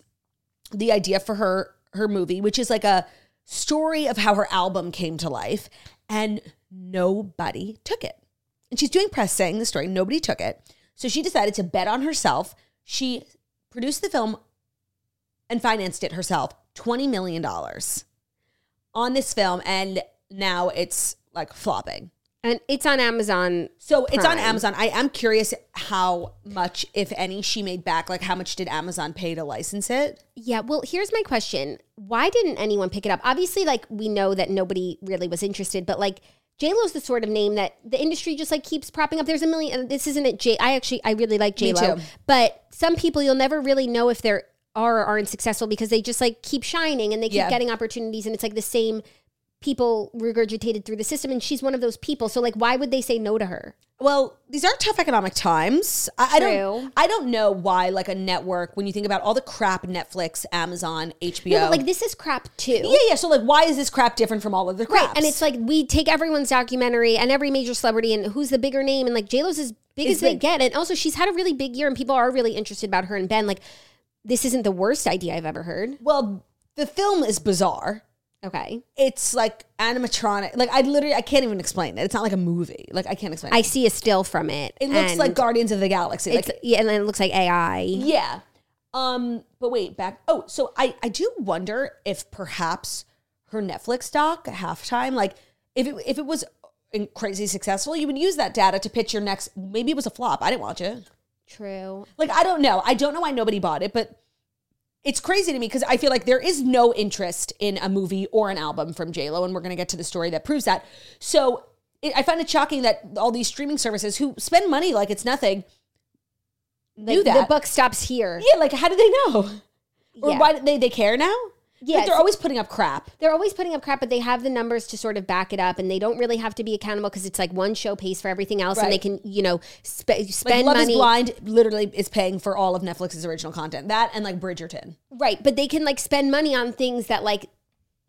the idea for her her movie, which is like a story of how her album came to life, and nobody took it. And she's doing press saying the story. Nobody took it, so she decided to bet on herself. She produced the film and financed it herself, twenty million dollars on this film, and now it's like flopping.
And it's on Amazon.
So it's on
Prime.
Amazon. I am curious how much, if any, she made back. Like, how much did Amazon pay to license it?
Yeah, well, here's my question. Why didn't anyone pick it up? Obviously, like we know that nobody really was interested, but like JLo's the sort of name that the industry just like keeps propping up. There's a million this isn't it J I actually I really like
Me
JLo.
too.
But some people you'll never really know if they're are or aren't successful because they just like keep shining and they keep
Yeah.
getting opportunities and it's like the same people regurgitated through the system and she's one of those people. So like why would they say no to her?
well, these are tough economic times. I, I
True.
don't. I don't know why. Like a network, when you think about all the crap Netflix, Amazon, HBO,
No, but like this is crap too.
yeah, yeah. So like, why is this crap different from all of the crap?
Right. And it's like we take everyone's documentary and every major celebrity and who's the bigger name and like JLo's as big
Is
as they
big.
get. And also she's had a really big year and people are really interested about her and Ben. Like this isn't the worst idea I've ever heard.
well, the film is bizarre.
Okay.
It's like animatronic. Like I literally, I can't even explain it. It's not like a movie. Like I can't explain.
I
it.
see a still from it.
It looks
and
like Guardians of the Galaxy. Like
it's yeah, and then it looks like AI.
Yeah. Um, but wait, back. Oh, so I I do wonder if perhaps her Netflix doc at halftime, like if it if it was in- crazy successful, you would use that data to pitch your next. Maybe it was a flop. I didn't watch it.
True.
Like I don't know. I don't know why nobody bought it, but it's crazy to me because I feel like there is no interest in a movie or an album from J Lo, and we're gonna get to the story that proves that. So it, I find it shocking that all these streaming services who spend money like it's nothing.
Like,
Knew
The
that.
buck stops here.
Yeah, like how do they know? Or
Yeah.
why do they they care now?
Yeah,
like they're
it's-
always putting up crap.
They're always putting up crap, but they have the numbers to sort of back it up, and they don't really have to be accountable because it's like one show pays for everything else, and they
Right.
can, you know, spe-
Like
spend
Love
money.
is Blind literally is paying for all of Netflix's original content. That and like Bridgerton.
Right, but they can like spend money on things that like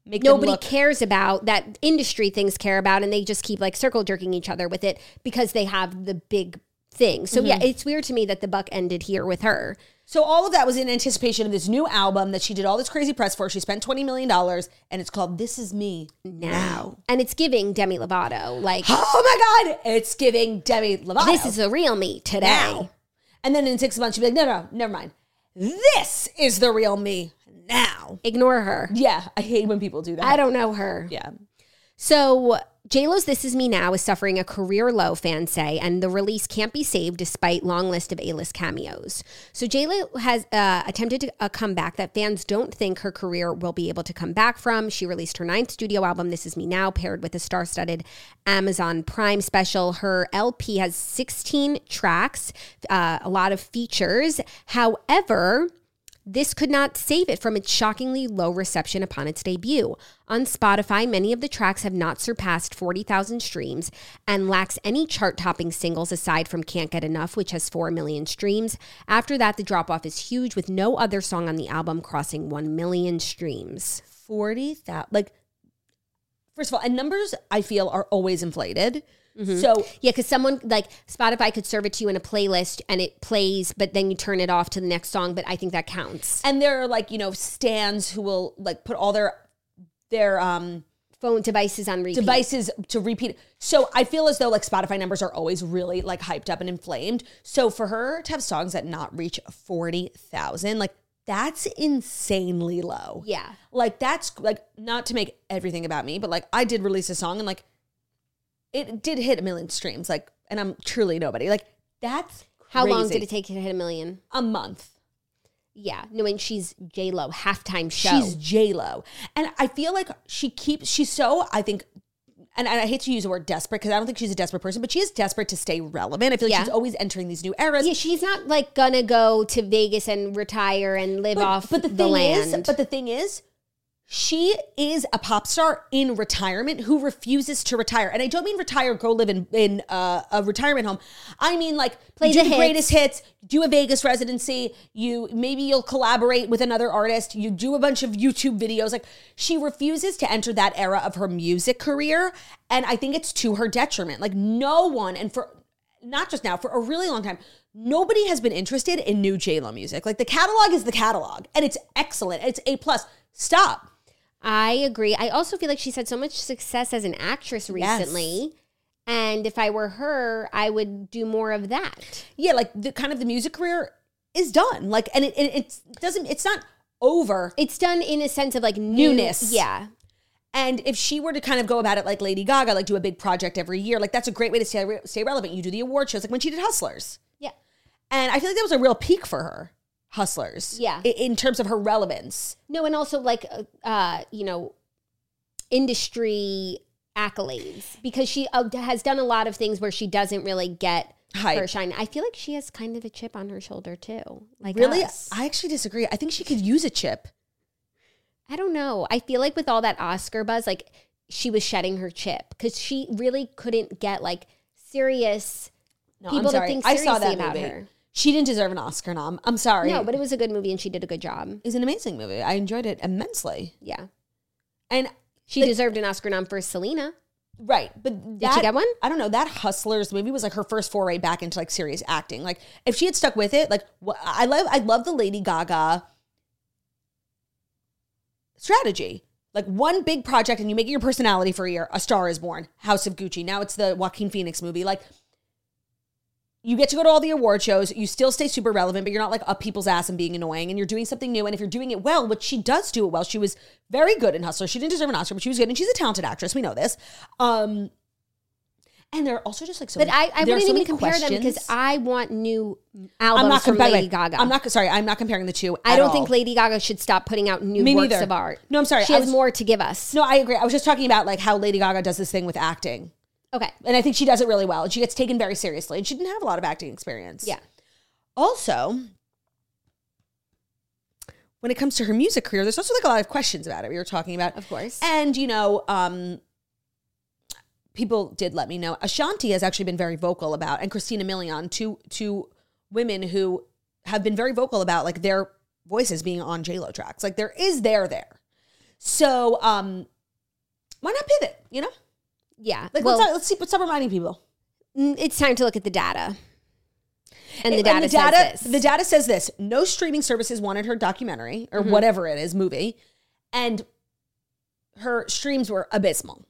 Make them
nobody
look-
cares about that industry things care about and they just keep like circle jerking each other with it because they have the big thing. So
Mm-hmm.
yeah, it's weird to me that the buck ended here with her.
So all of that was in anticipation of this new album that she did all this crazy press for. She spent twenty million dollars, and it's called "This Is Me."
Now. And it's giving Demi Lovato like
Oh my God! It's giving Demi Lovato.
this is the real me today.
now. And then in six months, she'd be like, "No, no, never mind. This is the real me now."
Ignore her.
Yeah, I hate when people do that.
I don't know her.
yeah.
So JLo's This Is Me Now is suffering a career low, fans say, and the release can't be saved despite long list of A-list cameos. So JLo has uh, attempted to- a comeback that fans don't think her career will be able to come back from. She released her ninth studio album, This Is Me Now, paired with a star-studded Amazon Prime special. Her LP has 16 tracks, uh, a lot of features. However... This could not save it from its shockingly low reception upon its debut. On Spotify, many of the tracks have not surpassed 40,000 streams and lacks any chart topping singles aside from Can't Get Enough, which has 4 million streams. After that, the drop off is huge, with no other song on the album crossing 1 million streams.
forty thousand. Like, first of all, and numbers I feel are always inflated. So
Yeah, because someone like Spotify could serve it to you in a playlist and it plays, but then you turn it off to the next song, but I think that counts.
and there are like you know stands who will like put all their their um
Phone devices on repeat.
devices to repeat. So I feel as though like Spotify numbers are always really like hyped up and inflamed. So for her to have songs that not reach forty thousand, like that's insanely low.
Yeah.
like that's like not to make everything about me, but like I did release a song and like it did hit a million streams, like, and I'm truly nobody. Like that's
How long
crazy.
did it take you to hit a million?
A month.
Yeah, no, and she's J Lo halftime show.
She's J Lo, and I feel like she keeps. She's so I think, and, and I hate to use the word desperate because I don't think she's a desperate person, but she is desperate to stay relevant. I feel like
Yeah.
she's always entering these new eras.
yeah, she's not like gonna go to Vegas and retire and live
but,
off
but the,
the,
thing
land.
is, but the thing is, she is a pop star in retirement who refuses to retire, and I don't mean retire, go live in in uh, a retirement home. I mean like
Play
you do
the
the
hits.
greatest hits, do a Vegas residency. You maybe you'll collaborate with another artist. You do a bunch of YouTube videos. Like she refuses to enter that era of her music career, and I think it's to her detriment. Like no one, and for not just now, for a really long time, nobody has been interested in new J Lo music. Like the catalog is the catalog, and it's excellent. It's a plus. Stop.
I agree. I also feel like she's had so much success as an actress recently. And if I were her, I would do more of that.
Yeah, like the kind of the music career is done. Like, and it, it, it doesn't. It's not over.
It's done in a sense of like new-
Newness.
Yeah.
And if she were to kind of go about it like Lady Gaga, like do a big project every year, like that's a great way to stay, stay relevant. You do the award shows, like when she did Hustlers.
Yeah.
And I feel like that was a real peak for her, Hustlers.
Yeah.
i- In, terms of her relevance.
No, and also like uh, uh, you know, industry accolades because she uh, has done a lot of things where she doesn't really get
Hype.
her shine. I feel like she has kind of a chip on her shoulder too. Like
Really?
us. I,
I actually disagree. I think she could use a chip.
don't know. I feel like with all that Oscar buzz, like she was shedding her chip because she really couldn't get like serious
No,
people
I'm
to
sorry.
think
I saw that
seriously about
movie.
her.
She didn't deserve an Oscar nom. I'm sorry.
No, but it was a good movie and she did a good job.
it was an amazing movie. I enjoyed it immensely.
Yeah.
And
She
Like-
deserved an Oscar nom for Selena.
right, but
Did
that,
she get one?
I don't know. That Hustlers movie was like her first foray back into like serious acting. Like if she had stuck with it, like wh- I love, I love the Lady Gaga strategy. Like one big project and you make it your personality for a year. A Star Is Born, House of Gucci. Now it's the Joaquin Phoenix movie. Like you get to go to all the award shows. You still stay super relevant, but you're not like up people's ass and being annoying. And you're doing something new. And if you're doing it well, which she does do it well, she was very good in Hustler. She didn't deserve an Oscar, but she was good, and she's a talented actress. We know this. Um, and there are also just like so.
But
many,
I, I
there are
wouldn't
so
even
many
compare them because
questions.
I want new albums
I'm not
from
comparing.
Lady Gaga.
I'm not sorry. I'm not comparing the two.
I
at
don't
all.
think Lady Gaga should stop putting out new
Me
works
neither.
of art.
No, I'm sorry.
She
I
has
was-
more to give us.
No, I agree. I was just talking about like how Lady Gaga does this thing with acting,
Okay.
and I think she does it really well. And she gets taken very seriously, and she didn't have a lot of acting experience.
Yeah.
Also, when it comes to her music career, there's also like a lot of questions about it. We were talking about,
Of course.
and you know, um, people did let me know. Ashanti has actually been very vocal about, and Christina Milian, two two women who have been very vocal about like their voices being on J Lo tracks. Like there is there there. So um, why not pivot? You know,
Yeah.
like
well,
let's let's see what's up reminding people.
mm, it's time to look at the data. And the
And
data
the data
says this.
the data says this no streaming services wanted her documentary or
Mm-hmm.
whatever it is movie and her streams were abysmal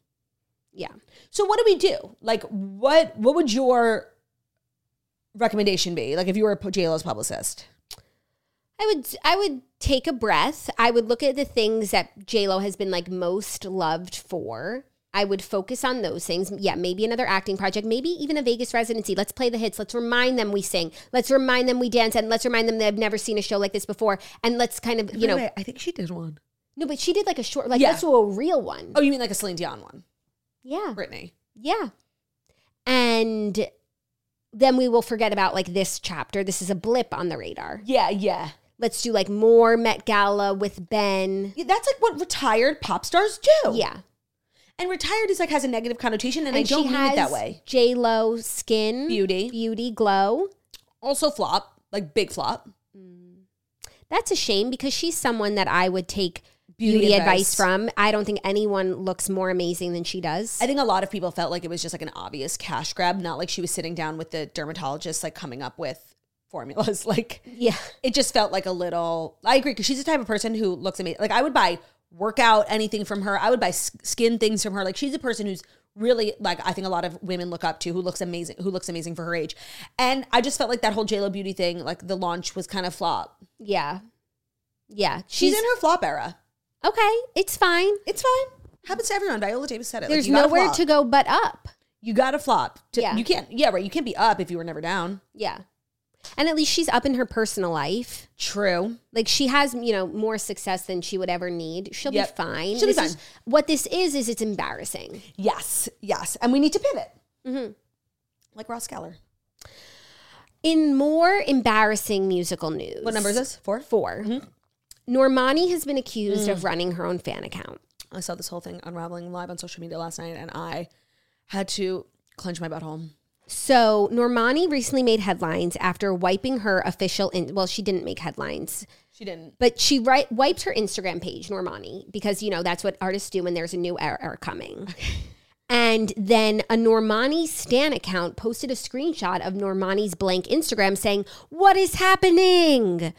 yeah.
so what do we do like what what would your recommendation be like if you were a JLo's publicist
I would I would take a breath. I would look at the things that J Lo has been like most loved for. I would focus on those things. Yeah, maybe another acting project, maybe even a Vegas residency. Let's play the hits. Let's remind them we sing. Let's remind them we dance, and let's remind them they've never seen a show like this before. And let's kind of you know
I think she did one.
no, but she did like a short like
Yeah.
let's do a real one.
Oh, you mean like a Celine Dion one,
Yeah,
Brittany?
yeah, and then we will forget about like this chapter. This is a blip on the radar.
Yeah, yeah.
Let's do like more Met Gala with Ben.
Yeah, That's like what retired pop stars do.
Yeah.
and retired is like has a negative connotation, Oh, and, I don't mean it that way.
J Lo skin,
Beauty.
beauty glow.
Also, flop, like big flop.
That's a shame because she's someone that I would take beauty,
Beauty advice.
advice. from. I don't think anyone looks more amazing than she does.
I think a lot of people felt like it was just like an obvious cash grab, not like she was sitting down with the dermatologist, like coming up with formulas. Like
yeah,
it just felt like a little. I agree because she's the type of person who looks amazing. Like I would buy workout anything from her. I would buy s- skin things from her. Like she's a person who's really like I think a lot of women look up to who looks amazing, who looks amazing for her age. And I just felt like that whole J Lo beauty thing, like the launch was kind of flop.
yeah, yeah.
She's, in her flop era.
okay. It's fine.
It's fine. Happens to everyone. Viola Davis said it.
There's
like, you gotta
nowhere
flop.
to go but up.
You gotta flop. To,
Yeah.
You can't. Yeah, right. You can't be up if you were never down.
Yeah, and at least she's up in her personal life.
True.
Like she has, you know, more success than she would ever need. She'll
Yep.
be fine.
She'll be
This is-
fine.
what this is is it's embarrassing.
Yes. Yes. And we need to pivot.
Mm-hmm.
Like Ross Geller.
In more embarrassing musical news,
What number is Mm-hmm. this? Four?
4 Normani has been accused
Mm.
of running her own fan account.
I saw this whole thing unraveling live on social media last night and I had to clench my butthole.
So Normani recently made headlines after wiping her official. In- well, she didn't make headlines,
She didn't.
but she ri- wiped her Instagram page, Normani, because you know that's what artists do when there's a new era coming. And then a Normani Stan account posted a screenshot of Normani's blank Instagram saying, What is happening?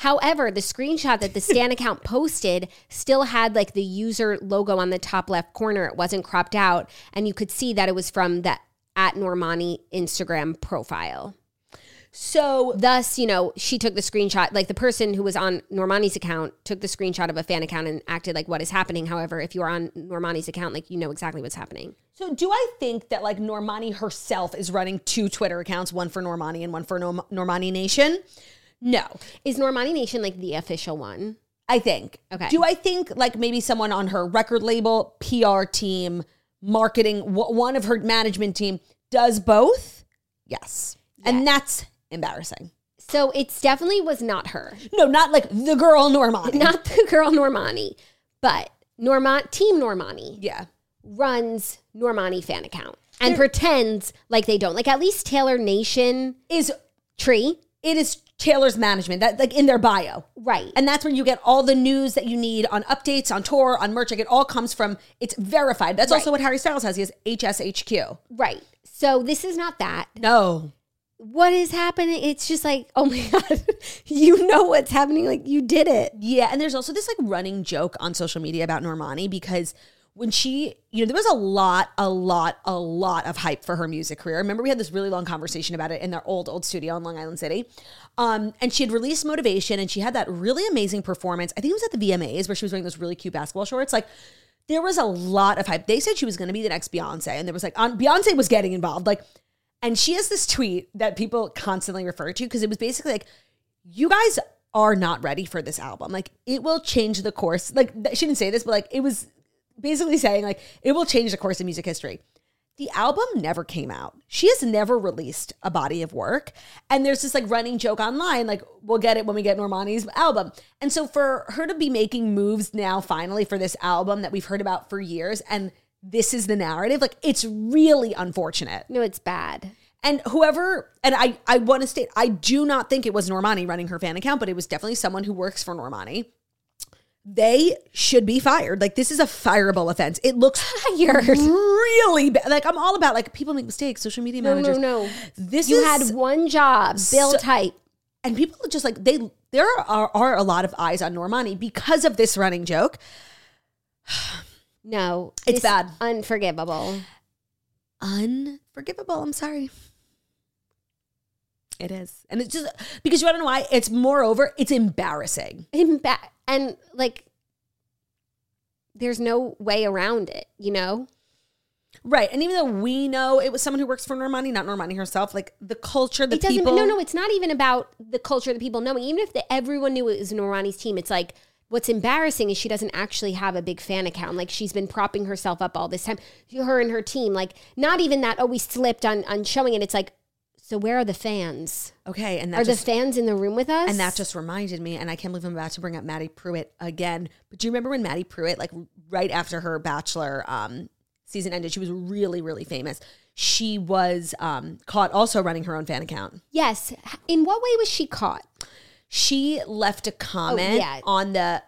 However, the screenshot that the Stan account posted still had like the user logo on the top left corner. It wasn't cropped out. And you could see that it was from the at Normani Instagram profile.
So
Thus, you know, she took the screenshot, like the person who was on Normani's account took the screenshot of a fan account and acted like what is happening. However, if you are on Normani's account, like you know exactly what's happening.
so do I think that like Normani herself is running two Twitter accounts, one for Normani and one for Norm- Normani Nation? No.
Is Normani Nation like the official one?
I think.
Okay.
Do I think like maybe someone on her record label, PR team, marketing, wh- one of her management team does both? Yes. And that's embarrassing.
So it's definitely was not her,
No, not like the girl Normani.
not the girl Normani, but Norma Team Normani
yeah.
runs Normani fan account. and pretends like they don't. Like at least Taylor Nation
Is
Tree,
it is Taylor's management that like in their bio.
right?
And that's where you get all the news that you need on updates, on tour, on merch. Like it all comes from it's verified. That's also what Harry Styles has. He has HSHQ.
right. So this is not that.
No.
What is happening? It's just like, oh my god, you know what's happening. Like you did it.
Yeah, and there's also this like running joke on social media about Normani because when she, you know, there was a lot, a lot, a lot of hype for her music career. I remember we had this really long conversation about it in their old, old studio in Long Island City. Um, and she had released Motivation and she had that really amazing performance. I think it was at the VMAs where she was wearing those really cute basketball shorts. Like, there was a lot of hype. They said she was going to be the next Beyonce, and there was like, on, Beyonce was getting involved. Like, and she has this tweet that people constantly refer to because it was basically like, you guys are not ready for this album. Like it will change the course. Like th- she didn't say this, but like it was basically saying like it will change the course of music history. The album never came out. She has never released a body of work. And there's this like running joke online, like, we'll get it when we get Normani's album. And so for her to be making moves now, finally, for this album that we've heard about for years, and this is the narrative, like, it's really unfortunate.
No, it's bad.
And whoever, and I, I want to state, I do not think it was Normani running her fan account, but it was definitely someone who works for Normani. They should be fired. Like this is a fireable offense. It looks
Fired.
really bad. Like I'm all about like people make mistakes. Social media
No, no,
managers.
no.
This
You
is
had one job, Bill
So-
Type.
and people just like they there are, are a lot of eyes on Normani because of this running joke.
No,
It's
this-
bad.
unforgivable.
unforgivable. I'm sorry. It is. And it's just because you want to know why? It's moreover, it's embarrassing.
Emba- and like, there's no way around it. You know,
Right. And even though we know it was someone who works for Normani, not Normani herself, like the culture, the
it doesn't.
people.
No, no, it's not even about the culture of the people knowing. Even if the, everyone knew it was Norani's team, it's like what's embarrassing is she doesn't actually have a big fan account. Like she's been propping herself up all this time. Her and her team, like not even that. Oh, we slipped on on showing it. It's like, so where are the fans?
Okay. And
are
that just,
the fans in the room with us?
and that just reminded me, and I can't believe I'm about to bring up Maddie Pruitt again. But do you remember when Maddie Pruitt, like right after her Bachelor um, season ended, she was really, really famous. She was um, caught also running her own fan account.
yes. In what way was she caught?
she left a comment
Oh, yeah.
on the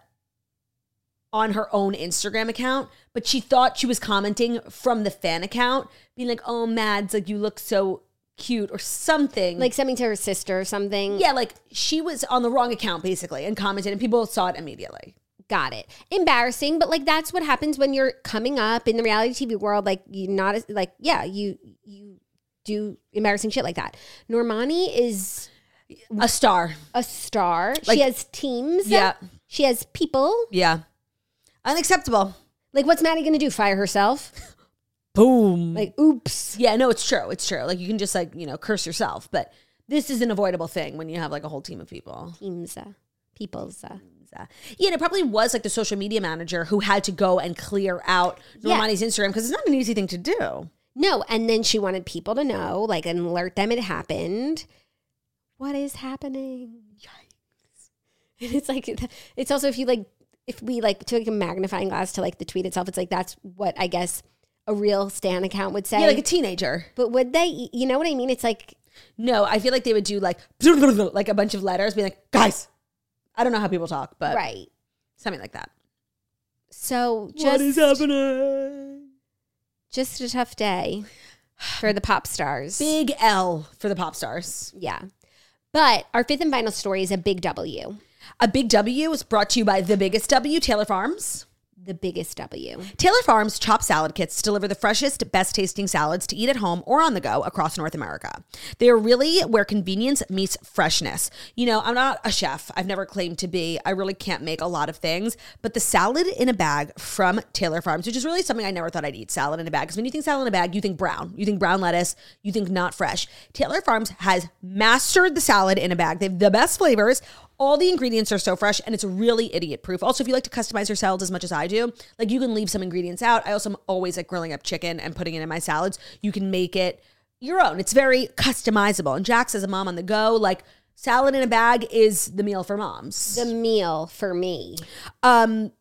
on her own Instagram account, but she thought she was commenting from the fan account, being like, "Oh, Mads, like you look so cute" or something.
Like something to her sister or something?
yeah, like she was on the wrong account basically and commented, and people saw it immediately.
Got it. Embarrassing, but like that's what happens when you're coming up in the reality TV world. Like you not as- like yeah, you you do embarrassing shit like that. Normani is
A star,
a star.
Like-
she has teams.
Yeah.
She has people.
yeah, unacceptable.
Like what's Maddie gonna do? Fire herself?
Boom.
Like oops.
yeah, no, it's true. It's true. Like you can just like you know curse yourself, but this is an avoidable thing when you have like a whole team of people.
Teams. Uh, people's. Uh,
Uh, yeah, and it probably was like the social media manager who had to go and clear out
Yeah.
Normani's Instagram because it's not an easy thing to do.
no, and then she wanted people to know, like, and alert them it happened. What is happening? And it's like it's also if you like if we like took a magnifying glass to like the tweet itself, it's like that's what I guess a real Stan account would say.
Yeah, like a teenager.
but would they? You know what I mean? It's like
No, I feel like they would do like like a bunch of letters, being like, guys, I don't know how people talk, but
right.
something like that.
So just
happening?
just a tough day for the pop stars.
Big L for the pop stars.
Yeah. But our fifth and final story is a big W,
A big W is brought to you by the biggest W, Taylor Farms.
the biggest W.
Taylor Farms chopped salad kits deliver the freshest, best tasting salads to eat at home or on the go across North America. They are really where convenience meets freshness. You know, I'm not a chef, I've never claimed to be. I really can't make a lot of things, but the salad in a bag from Taylor Farms, which is really something I never thought I'd eat salad in a bag, because when you think salad in a bag, you think brown, you think brown lettuce, you think not fresh. Taylor Farms has mastered the salad in a bag. They have the best flavors. All the ingredients are so fresh and it's really idiot proof. Also, if you like to customize your salads as much as I do, like you can leave some ingredients out. I also am always like grilling up chicken and putting it in my salads. You can make it your own. It's very customizable. And Jack says a mom on the go, like salad in a bag is the meal for moms.
The meal for me.
Um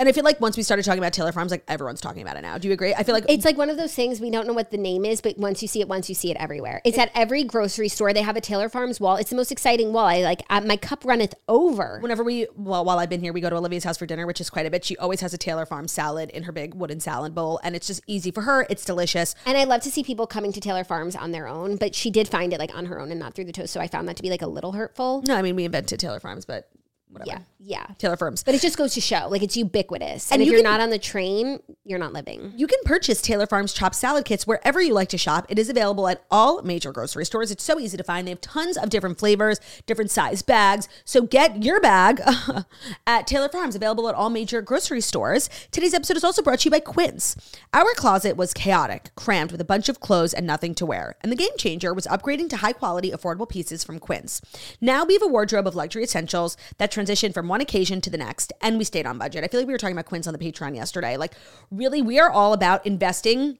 And I feel like once we started talking about Taylor Farms, like everyone's talking about it now. Do you agree? I feel like
It's like one of those things we don't know what the name is, but once you see it, once you see it everywhere. It's at every grocery store. They have a Taylor Farms wall. It's the most exciting wall. I like uh, my cup runneth over.
whenever we, well, while I've been here, we go to Olivia's house for dinner, which is quite a bit. She always has a Taylor Farm salad in her big wooden salad bowl, and it's just easy for her. It's delicious.
And I love to see people coming to Taylor Farms on their own, but she did find it like on her own and not through the toast. So I found that to be like a little hurtful.
No, I mean, we invented Taylor Farms, but whatever.
Yeah, yeah.
Taylor Farms.
But it just goes to show, like it's ubiquitous.
And
And, if
you
you are
can-
not on the train, you're not living.
You can purchase Taylor Farms chopped salad kits wherever you like to shop. It is available at all major grocery stores. It's so easy to find. They have tons of different flavors, different size bags. So get your bag at Taylor Farms, available at all major grocery stores. Today's episode is also brought to you by Quince. Our closet was chaotic, crammed with a bunch of clothes and nothing to wear. And the game changer was upgrading to high quality, affordable pieces from Quince. Now we have a wardrobe of luxury essentials that transition from one occasion to the next, and we stayed on budget. I feel like we were talking about Quince on the Patreon yesterday. Like, really, we are all about investing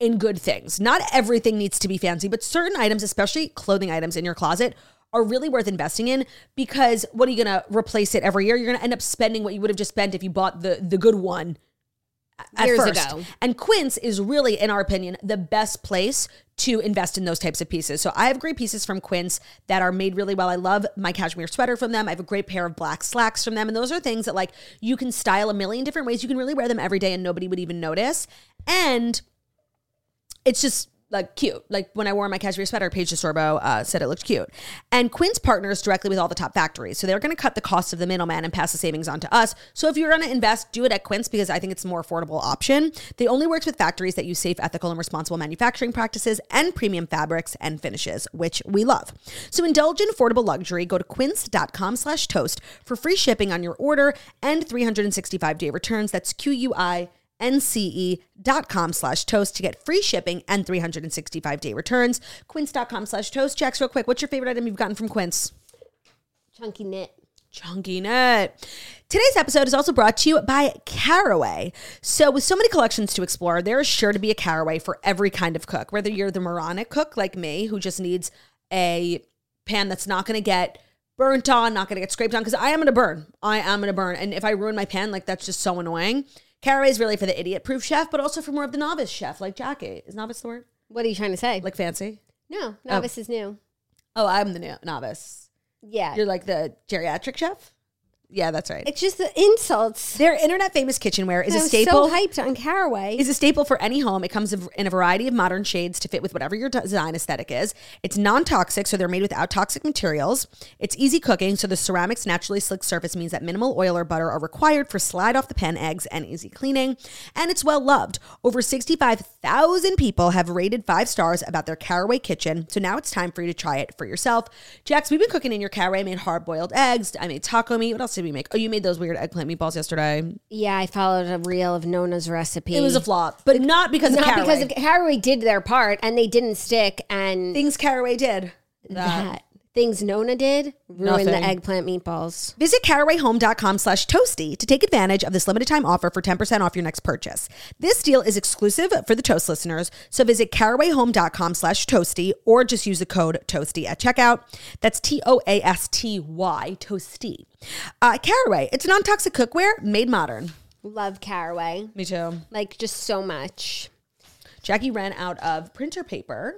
in good things. Not everything needs to be fancy, but certain items, especially clothing items in your closet, are really worth investing in because what are you going to replace it every year? You're going to end up spending what you would have just spent if you bought the the good one at
Years
first.
ago.
And Quince is really, in our opinion, the best place to invest in those types of pieces. So I have great pieces from Quince that are made really well. I love my cashmere sweater from them. I have a great pair of black slacks from them. And those are things that like you can style a million different ways. You can really wear them every day and nobody would even notice. And it's just like cute. Like when I wore my cashmere sweater, Paige DeSorbo uh, said it looked cute. And Quince partners directly with all the top factories. So they're going to cut the cost of the middleman and pass the savings on to us. So if you're going to invest, do it at Quince because I think it's a more affordable option. They only works with factories that use safe, ethical, and responsible manufacturing practices and premium fabrics and finishes, which we love. So indulge in affordable luxury. Go to quince.com slash toast for free shipping on your order and 365 day returns. That's Q-U-I nce.com E slash toast to get free shipping and 365 day returns. Quince.com slash toast. Jax, real quick, what's your favorite item you've gotten from Quince?
Chunky knit.
Chunky Nut. Today's episode is also brought to you by Caraway. So, with so many collections to explore, there is sure to be a Caraway for every kind of cook. Whether you're the moronic cook like me, who just needs a pan that's not going to get burnt on, not going to get scraped on, because I am going to burn. I am going to burn. And if I ruin my pan, like that's just so annoying. Caraway is really for the idiot proof chef, but also for more of the novice chef, like Jackie. Is novice the word?
What are you trying to say?
Like fancy?
no, novice is new.
Oh, I'm the no- novice.
Yeah.
You're like the geriatric chef? Yeah, that's right.
it's just the insults.
Their internet famous kitchenware is a
I was
staple.
so hyped on Caraway.
is a staple for any home. It comes in a variety of modern shades to fit with whatever your design aesthetic is. It's non-toxic, so they're made without toxic materials. It's easy cooking, so the ceramic's naturally slick surface means that minimal oil or butter are required for slide off the pan eggs and easy cleaning. And it's well loved. Over 65,000 people have rated five stars about their Caraway kitchen, so now it's time for you to try it for yourself. Jax, we've been cooking in your Caraway. I made hard-boiled eggs. I made taco meat. What else did we make? Oh, you made those weird eggplant meatballs yesterday.
yeah, I followed a reel of Nona's recipe.
It was a flop, but not because of
not
Caraway.
because of Caraway did their part and they didn't stick and
things Caraway did.
that things Nona did
Nothing.
ruined the eggplant meatballs.
Visit carawayhome.com slash toasty to take advantage of this limited time offer for 10% off your next purchase. This deal is exclusive for the Toast listeners, so visit carawayhome.com slash toasty or just use the code toasty at checkout. That's T-O-A-S-T-Y, toasty. Uh, Caraway, it's a non-toxic cookware made modern.
Love Caraway.
Me too.
Like just so much.
Jackie ran out of printer paper.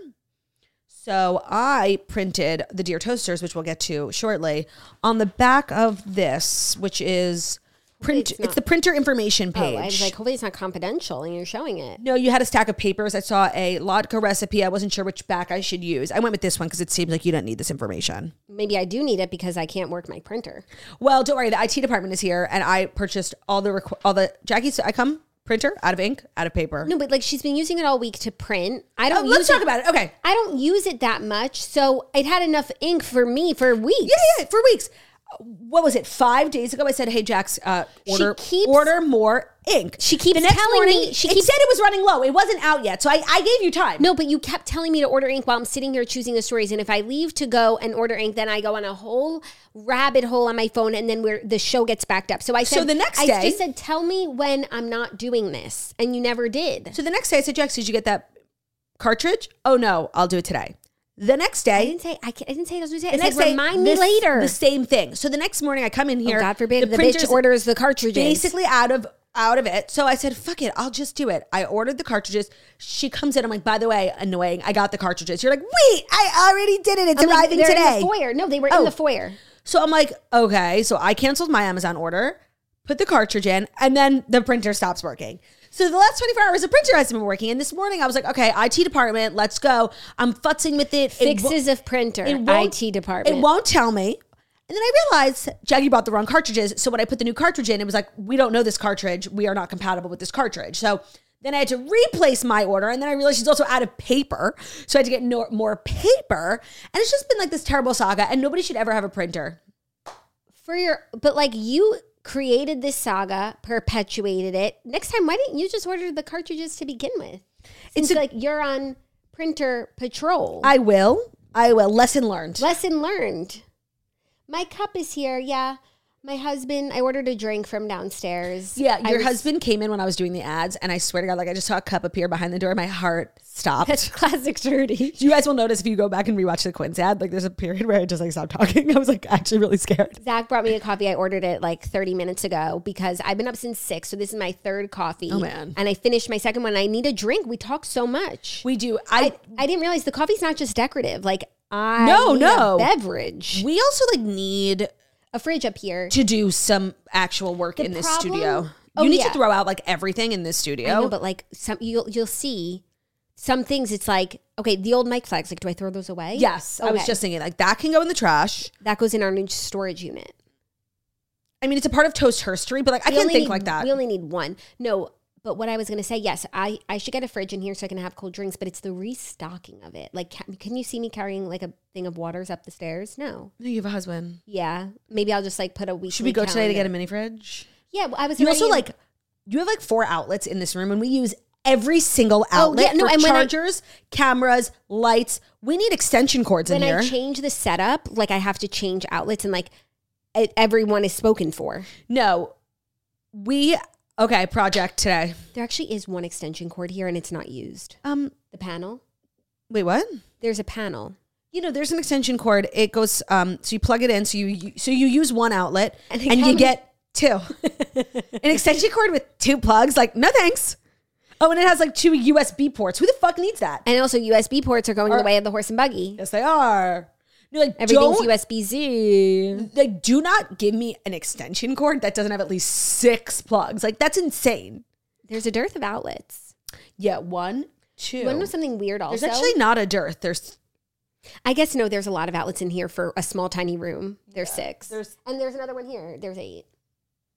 So I printed the Dear Toasters, which we'll get to shortly, on the back of this, which is print.
it's
It's,
not-
the printer information
Oh,
page.
I was like, hopefully it's not confidential and you're showing it.
no, you had a stack of papers. I saw a latke recipe. I wasn't sure which back I should use. I went with this one because it seems like you don't need this information.
Maybe I do need it because I can't work my printer.
Well, don't worry. The IT department is here, and I purchased all the requ- all the Jackie's. I come printer out of ink, out of paper.
No, but like she's been using it all week to print. I
Oh,
don't
let's
use
talk
it.
about it. Okay,
I don't use it that much, so it had enough ink for me for weeks.
Yeah, yeah, for weeks. Uh, What was it? Five days ago, I said, "Hey, Jax, uh, order
keeps-
order more ink."
She keeps
the next
telling
morning,
me- she
it
keeps-
said it was running low. It wasn't out yet, so I, I gave you time.
No, but you kept telling me to order ink while I'm sitting here choosing the stories. And if I leave to go and order ink, then I go on a whole rabbit hole on my phone, and then where the show gets backed up. So I said,
So the next
I
day-
just said, tell me when I'm not doing this, and you never did.
So the next day, I said, "Jax, did you get that cartridge?" Oh no, I'll do it today. The next
I
day,
didn't say I, ca- I didn't say it was
the
I
next
said
day,
remind me
this-
later.
The same thing. So the next morning, I come in here.
oh, God forbid the,
printer's
bitch orders the cartridges.
basically out of out of it. So I said, "Fuck it, I'll just do it." I ordered the cartridges. She comes in. I'm like, "By the way, annoying. I got the cartridges." You're like, "Wait, I already did it. It's
I'm like,
arriving
they're
today."
In the foyer. No, they were
Oh.
in the foyer.
So I'm like, okay. So I canceled my Amazon order, put the cartridge in, and then the printer stops working. So the last 24 hours, the printer hasn't been working. And this morning I was like, okay, IT department, let's go. I'm futzing with it. It wo-
Fixes of printer,
it won't-
IT department.
It won't tell me. And then I realized Jackie bought the wrong cartridges. So when I put the new cartridge in, it was like, we don't know this cartridge. We are not compatible with this cartridge. So then I had to replace my order. And then I realized she's also out of paper. So I had to get no- more paper. And it's just been like this terrible saga. And nobody should ever have a printer.
for your but like you created this saga perpetuated it next time why didn't you just order the cartridges to begin with it's
a-
like you're on printer patrol
I will. I will. Lesson learned.
lesson learned my cup is here yeah my husband i ordered a drink from downstairs
Yeah,
I
your
was-
husband came in when I was doing the ads, and I swear to God, like I just saw a cup appear behind the door. My heart
that's
stopped.
classic dirty
you guys will notice if you go back and rewatch the Quince ad, like there's a period where I just like stopped talking. I was like actually really scared.
Zach brought me a coffee. I ordered it like 30 minutes ago because I've been up since six. So this is my third coffee.
Oh, man.
And I finished my second one. I need a drink. We talk so much.
We do. I,
I, I didn't realize the coffee's not just decorative. Like I
No,
need
no.
a beverage,
we also like need
a fridge up here.
to do some actual work in this
problem-
studio.
Oh,
you need to
yeah.
throw out like everything in this
I know,
studio.
but like some you'll you'll see some things. It's like okay, the old mic flags. Like, do I throw those away?
yes, I was
Okay.
just thinking like that can go in the trash.
that goes in our new storage unit.
I mean, it's a part of Toast Herstory, but like I
We
can't
only
think
need-
like that.
We only need one. No, but what I was gonna say, yes, I I should get a fridge in here so I can have cold drinks. But it's the restocking of it. Like, can, can you see me carrying like a thing of waters up the stairs? No.
No, you have a husband.
Yeah, maybe I'll just like put a week.
Should we go today to get a mini fridge?
Yeah, well, I was.
You
already
also
in-
like you have like four outlets in this room, and we use every single outlet
Oh, yeah, no,
for
and when I-
chargers, cameras, lights. We need extension cords in
when
here.
I change the setup, like I have to change outlets and like it, everyone is spoken for.
no, we okay. Project today.
There actually is one extension cord here and it's not used.
Um,
The panel.
wait, what?
There's a panel.
You know, there's an extension cord. It goes. Um, so you plug it in. So you- you so you use one outlet, and,
And it
you
comes-
get two. an extension cord with two plugs. Like no thanks. Oh, and it has like two USB ports. Who the fuck needs that?
And also USB ports are going the way of the horse and buggy.
Yes, they are. You're like
Everything's
don't
USB Z.
like do not give me an extension cord that doesn't have at least six plugs like that's insane
There's a dearth of outlets.
yeah one two
One was something weird also.
there's actually not a dearth there's
I guess no, there's a lot of outlets in here for a small tiny room. There's six.
there's-
and there's another one here. There's eight.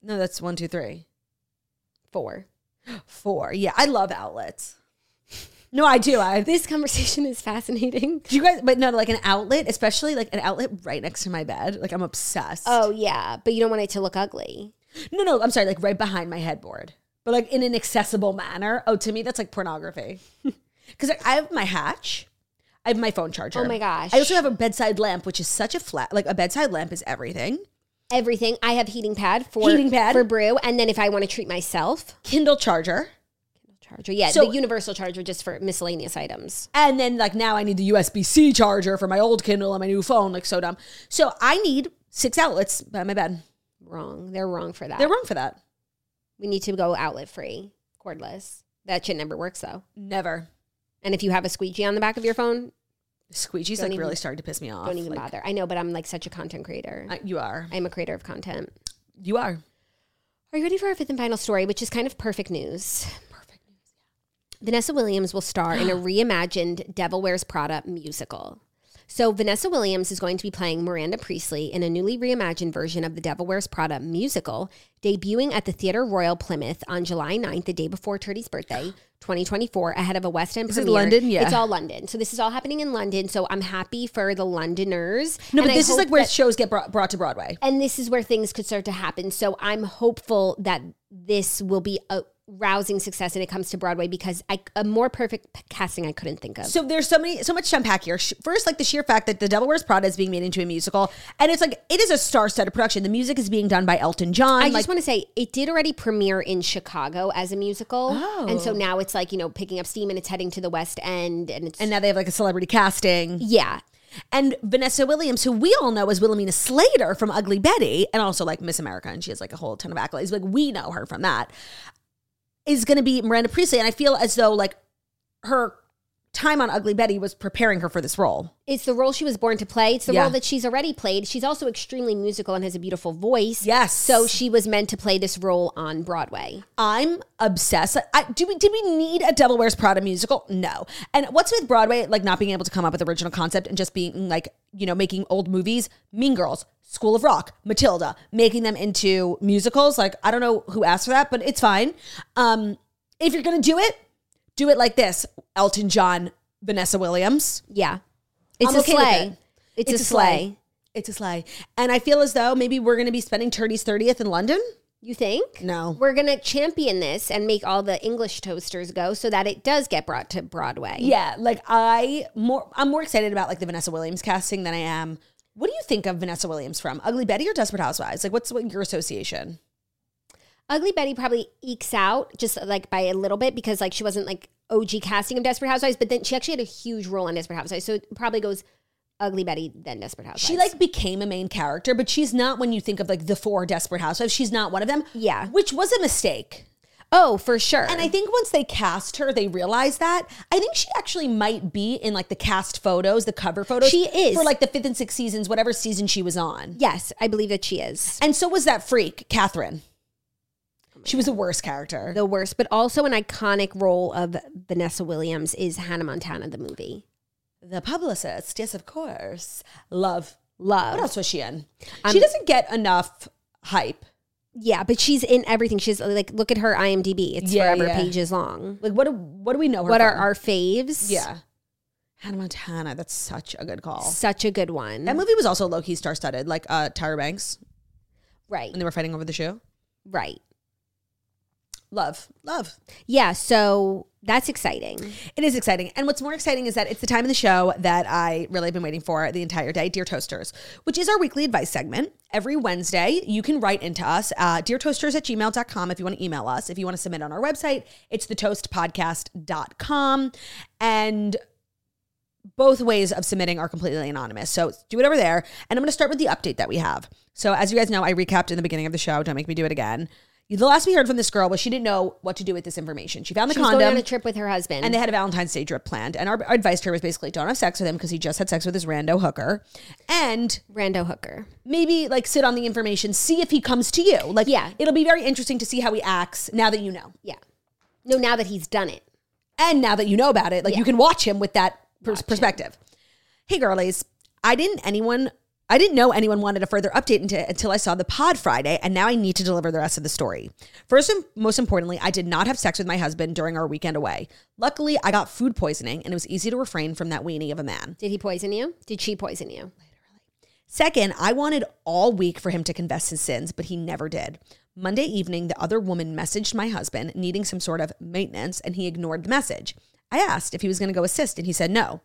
no that's one two three
Four.
four yeah i love outlets no i do i
This conversation is fascinating.
do you guys but no like an outlet especially like an outlet right next to my bed like i'm obsessed
Oh yeah. But you don't want it to look ugly.
no no i'm sorry like right behind my headboard but like in an accessible manner oh to me that's like pornography because like, i have my hatch i have my phone charger
Oh my gosh.
I also have a bedside lamp, which is such a flat. Like a bedside lamp is everything.
everything. I have heating pad for
Heating pad.
for brew, and then if I want to treat myself,
Kindle charger,
charger. Yeah,
So-
the universal charger just for miscellaneous items.
and then like now I need the USB C charger for my old Kindle and my new phone. Like so dumb. So I need six outlets by my bed.
Wrong. They're wrong for that.
They're wrong for that.
We need to go outlet free, cordless. That shit never works though.
Never.
And if you have a squeegee on the back of your phone,
Squeegee's
Don't
like
even-
really starting to piss me off.
don't even
Like,
bother. I know, but I'm like such a content creator. I,
I- you are.
am a creator of content.
You are.
Are you ready for our fifth and final story, which is kind of perfect news? Perfect news. Vanessa Williams will star in a reimagined Devil Wears Prada musical. So Vanessa Williams is going to be playing Miranda Priestley in a newly reimagined version of the Devil Wears Prada musical, debuting at the Theatre Royal Plymouth on July 9th, the day before Turdy's birthday, 2024, ahead of a West End
Is it
premiere.
London? Yeah.
It's all London. So this is all happening in London. So I'm happy for the Londoners.
No,
And
but
I
this is
hope
like where
that-
shows get brought, brought to Broadway.
and this is where things could start to happen. So I'm hopeful that this will be a, rousing success and it comes to Broadway because I a more perfect p- casting I couldn't think of.
So there's so many, so much to unpack here. Sh- First, like the sheer fact that The Devil Wears Prada is being made into a musical, and it's like it is a star-studded production. The music is being done by Elton John.
I
like,
just want to say it did already premiere in Chicago as a musical, and
Oh.
so now it's like you know picking up steam and it's heading to the West End, and it's
and now they have like a celebrity casting.
yeah,
And Vanessa Williams, who we all know as Wilhelmina Slater from Ugly Betty, and also like Miss America, and she has like a whole ton of accolades. Like we know her from that. Is going to be Miranda Priestley, and I feel as though like her time on Ugly Betty was preparing her for this role.
it's the role she was born to play. It's the
Yeah.
role that she's already played. She's also extremely musical and has a beautiful voice.
Yes.
So she was meant to play this role on Broadway.
I'm obsessed. I, do we did we need a Devil Wears Prada musical? No. And what's with Broadway like not being able to come up with original concept and just being like you know making old movies, Mean Girls, School of Rock, Matilda, making them into musicals. Like I don't know who asked for that, but it's fine. Um, if you're gonna do it, do it like this: Elton John, Vanessa Williams.
Yeah. It's
I'm
a
okay with
sleigh.
it.
It's, a, sleigh.
It's a sleigh. And I feel as though maybe we're gonna be spending Turdy's thirtieth in London.
You think?
No.
We're going to champion this and make all the English toasters go so that it does get brought to Broadway.
Yeah, like I more I'm more excited about like the Vanessa Williams casting than I am. What do you think of Vanessa Williams from Ugly Betty or Desperate Housewives? Like, what's what your association?
Ugly Betty probably ekes out just like by a little bit because like she wasn't like OG casting of Desperate Housewives, but then she actually had a huge role on Desperate Housewives. So it probably goes Ugly Betty, then Desperate Housewives.
She like became a main character, but she's not when you think of like the four Desperate Housewives. She's not one of them.
Yeah.
which was a mistake.
oh, for sure.
And I think once they cast her, they realized that. I think she actually might be in like the cast photos, the cover photos.
She is.
for like the fifth and sixth seasons, whatever season she was on.
yes, I believe that she is
And so was that freak, Catherine. She was the worst character.
the worst, but also an iconic role of Vanessa Williams is Hannah Montana, the movie.
The publicist, yes, of course. Love.
Love.
What else was she in? she doesn't get enough hype.
Yeah, but she's in everything. She's like, look at her IMDb. It's
Yeah,
forever
yeah.
pages long.
Like, what do what do we know her?
What are
from?
our faves?
yeah? Hannah Montana. That's such a good call.
Such a good one.
That movie was also low key star studded, like uh, Tyra Banks
right.
when they were fighting over the shoe.
Right.
Love, love.
Yeah. So that's exciting.
It is exciting. And what's more exciting is that it's the time of the show that I really have been waiting for the entire day, Dear Toasters, which is our weekly advice segment. Every Wednesday, you can write into us, uh, deartoasters at gmail.com if you want to email us. If you want to submit on our website, it's thetoastpodcast.com. And both ways of submitting are completely anonymous. So do it over there. And I'm going to start with the update that we have. So, as you guys know, I recapped in the beginning of the show. Don't make me do it again. The last we heard from this girl was she didn't know what to do with this information. She found the
She was
condom.
going on a trip with her husband.
And they had a Valentine's Day trip planned. And our, our advice to her was basically don't have sex with him because he just had sex with his rando hooker. And
Rando Hooker.
maybe like sit on the information, see if he comes to you. Like,
Yeah.
it'll be very interesting to see how he acts now that you know.
Yeah. No, now that he's done it.
And now that you know about it, like you can watch him with that pers-
Watch
perspective. Hey, girlies, I didn't anyone. I didn't know anyone wanted a further update into, until I saw the pod Friday, and now I need to deliver the rest of the story. First and most importantly, I did not have sex with my husband during our weekend away. Luckily, I got food poisoning, and it was easy to refrain from that weenie of a man.
Did he poison you? Did she poison you?
Second, I wanted all week for him to confess his sins, but he never did. Monday evening, the other woman messaged my husband needing some sort of maintenance, and he ignored the message. I asked if he was going to go assist, and he said no.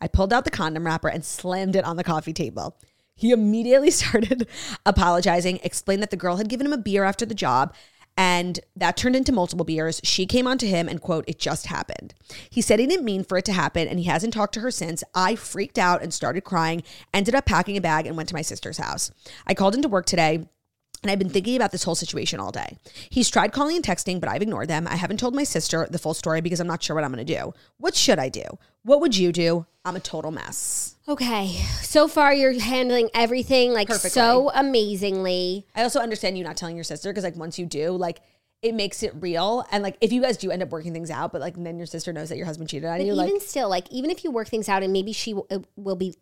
I pulled out the condom wrapper and slammed it on the coffee table. He immediately started apologizing, explained that the girl had given him a beer after the job, and that turned into multiple beers. She came on to him and quote, it just happened. He said he didn't mean for it to happen and he hasn't talked to her since. I freaked out and started crying, ended up packing a bag and went to my sister's house. I called into work today and I've been thinking about this whole situation all day. He's tried calling and texting, but I've ignored them. I haven't told my sister the full story because I'm not sure what I'm going to do. What should I do? What would you do? I'm a total mess.
Okay. So far, you're handling everything like so amazingly.
I also understand you not telling your sister because, like, once you do, like, it makes it real. And, like, if you guys do end up working things out, but, like, then your sister knows that your husband cheated on
But
you,
even
like,
still, like even if you work things out and maybe she w- uh, will be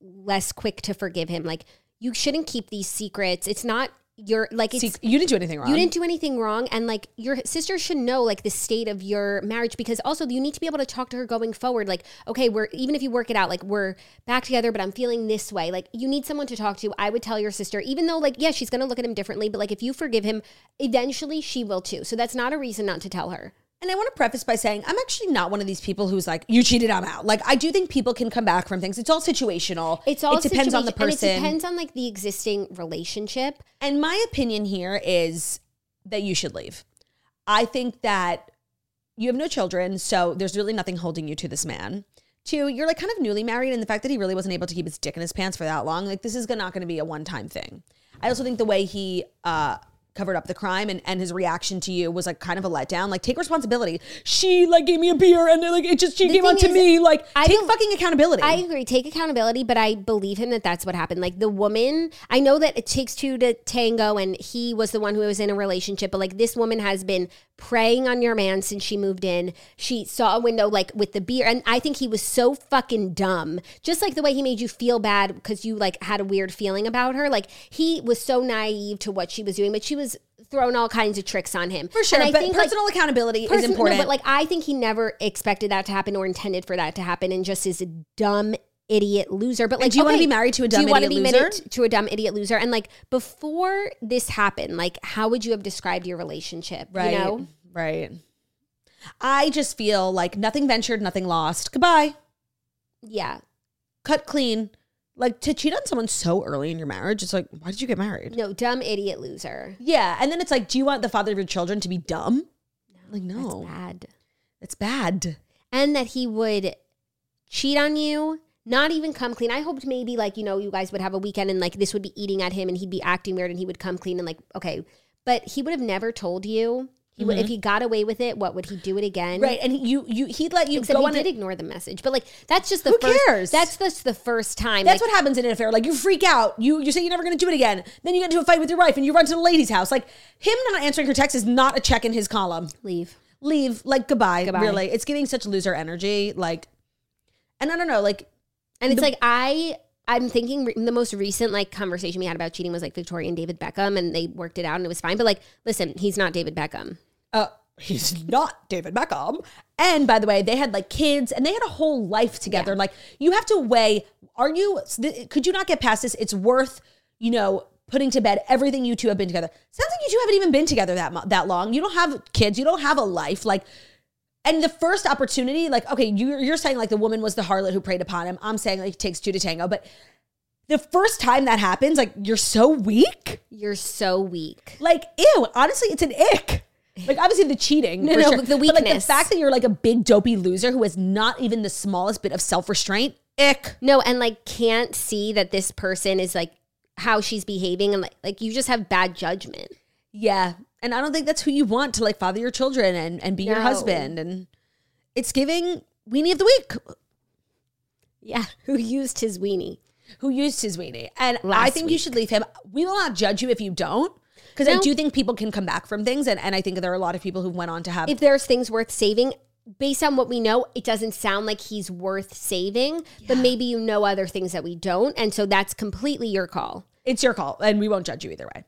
less quick to forgive him, like you shouldn't keep these secrets. It's not you're like it's
See, you didn't do anything wrong.
you didn't do anything wrong and like your sister should know like the state of your marriage because also you need to be able to talk to her going forward like okay we're even if you work it out like we're back together but i'm feeling this way like you need someone to talk to i would tell your sister even though like yeah she's gonna look at him differently but like if you forgive him eventually she will too so that's not a reason not to tell her
And I want to preface by saying I'm actually not one of these people who's like, you cheated, I'm out. Like, I do think people can come back from things. It's all situational.
it's all
It depends on the
situation-
person.
and it depends on like the existing relationship
And my opinion here is that you should leave. I think that you have no children, so there's really nothing holding you to this man. Two, you're like kind of newly married, and the fact that he really wasn't able to keep his dick in his pants for that long, like this is not going to be a one time thing. I also think the way he uh, covered up the crime and, and his reaction to you was like kind of a letdown. Like, take responsibility. She like gave me a beer, and then like it just she gave
thing
on to
is,
me. Like,
I
take
bel-
fucking accountability.
I agree. Take accountability, but I believe him that that's what happened. Like the woman, I know that it takes two to tango, and he was the one who was in a relationship, but like this woman has been preying on your man since she moved in. She saw a window like with the beer, and I think he was so fucking dumb. Just like the way he made you feel bad because you like had a weird feeling about her. Like he was so naive to what she was doing, but she was throwing all kinds of tricks on him.
for sure,
And I
but
think, like,
personal accountability is
person- no,
important.
but like I think he never expected that to happen or intended for that to happen, and just is a dumb idiot loser. But like,
do you wanna
okay,
be married to a
do you
dumb
wanna
idiot
be
loser?
married to a dumb idiot loser? And like before this happened, like how would you have described your relationship?
Right.
You know?
Right. I just feel like nothing ventured, nothing lost. Goodbye.
Yeah.
Cut clean. Like to cheat on someone so early in your marriage, it's like, why did you get married?
No, dumb idiot loser.
Yeah. And then it's like, do you want the father of your children to be dumb? Like,
That's
no,
bad.
it's bad.
and that he would cheat on you not even come clean i hoped maybe like you know you guys would have a weekend and like this would be eating at him and he'd be acting weird and he would come clean and like okay but he would have never told you he would if he got away with it what would he do it again
Mm-hmm. Right. And you, you, he'd let you
except
go
he
on
did
it.
ignore the message but like that's just the
Who
first
cares?
that's just the first time
That's
like,
what happens in an affair. Like you freak out. You you say you're never going to do it again. Then you get into a fight with your wife and you run to the lady's house. Like him not answering her text is not a check in his column.
leave
Leave. Like goodbye.
Goodbye.
Really, it's getting such loser energy. Like, and I don't know. Like
And it's like I I'm thinking re- the most recent like conversation we had about cheating was like Victoria and David Beckham and they worked it out and it was fine. But like listen, he's not David Beckham.
uh, he's not David Beckham. And by the way, they had like kids and they had a whole life together. Like you have to weigh, are you, could you not get past this? It's worth, you know, putting to bed everything you two have been together. Sounds like you two haven't even been together that, mo- that long. You don't have kids. You don't have a life. Like, and the first opportunity, like, okay, you're, you're saying like the woman was the harlot who preyed upon him. I'm saying like it takes two to tango, but the first time that happens, like you're so weak.
You're so weak.
Like, ew, honestly, it's an ick. Like, obviously, the cheating.
No,
for
no,
sure.
but the
But, like, the
weakness.
fact that you're like a big dopey loser who has not even the smallest bit of self restraint, ick.
No, and like can't see that this person is like how she's behaving and like like you just have bad judgment.
Yeah. And I don't think that's who you want to like father your children and, and be your
No.
husband. And it's giving weenie of the week
Yeah. Who used his weenie.
who used his weenie. And I
Last
think you should leave him. We will not judge you if you don't. Because I
No.
do think people can come back from things. And, and I think there are a lot of people who went on to have.
If there's things worth saving, based on what we know, it doesn't sound like he's worth saving, but maybe you know other things that we don't. And so that's completely your call.
it's your call. And we won't judge you either way.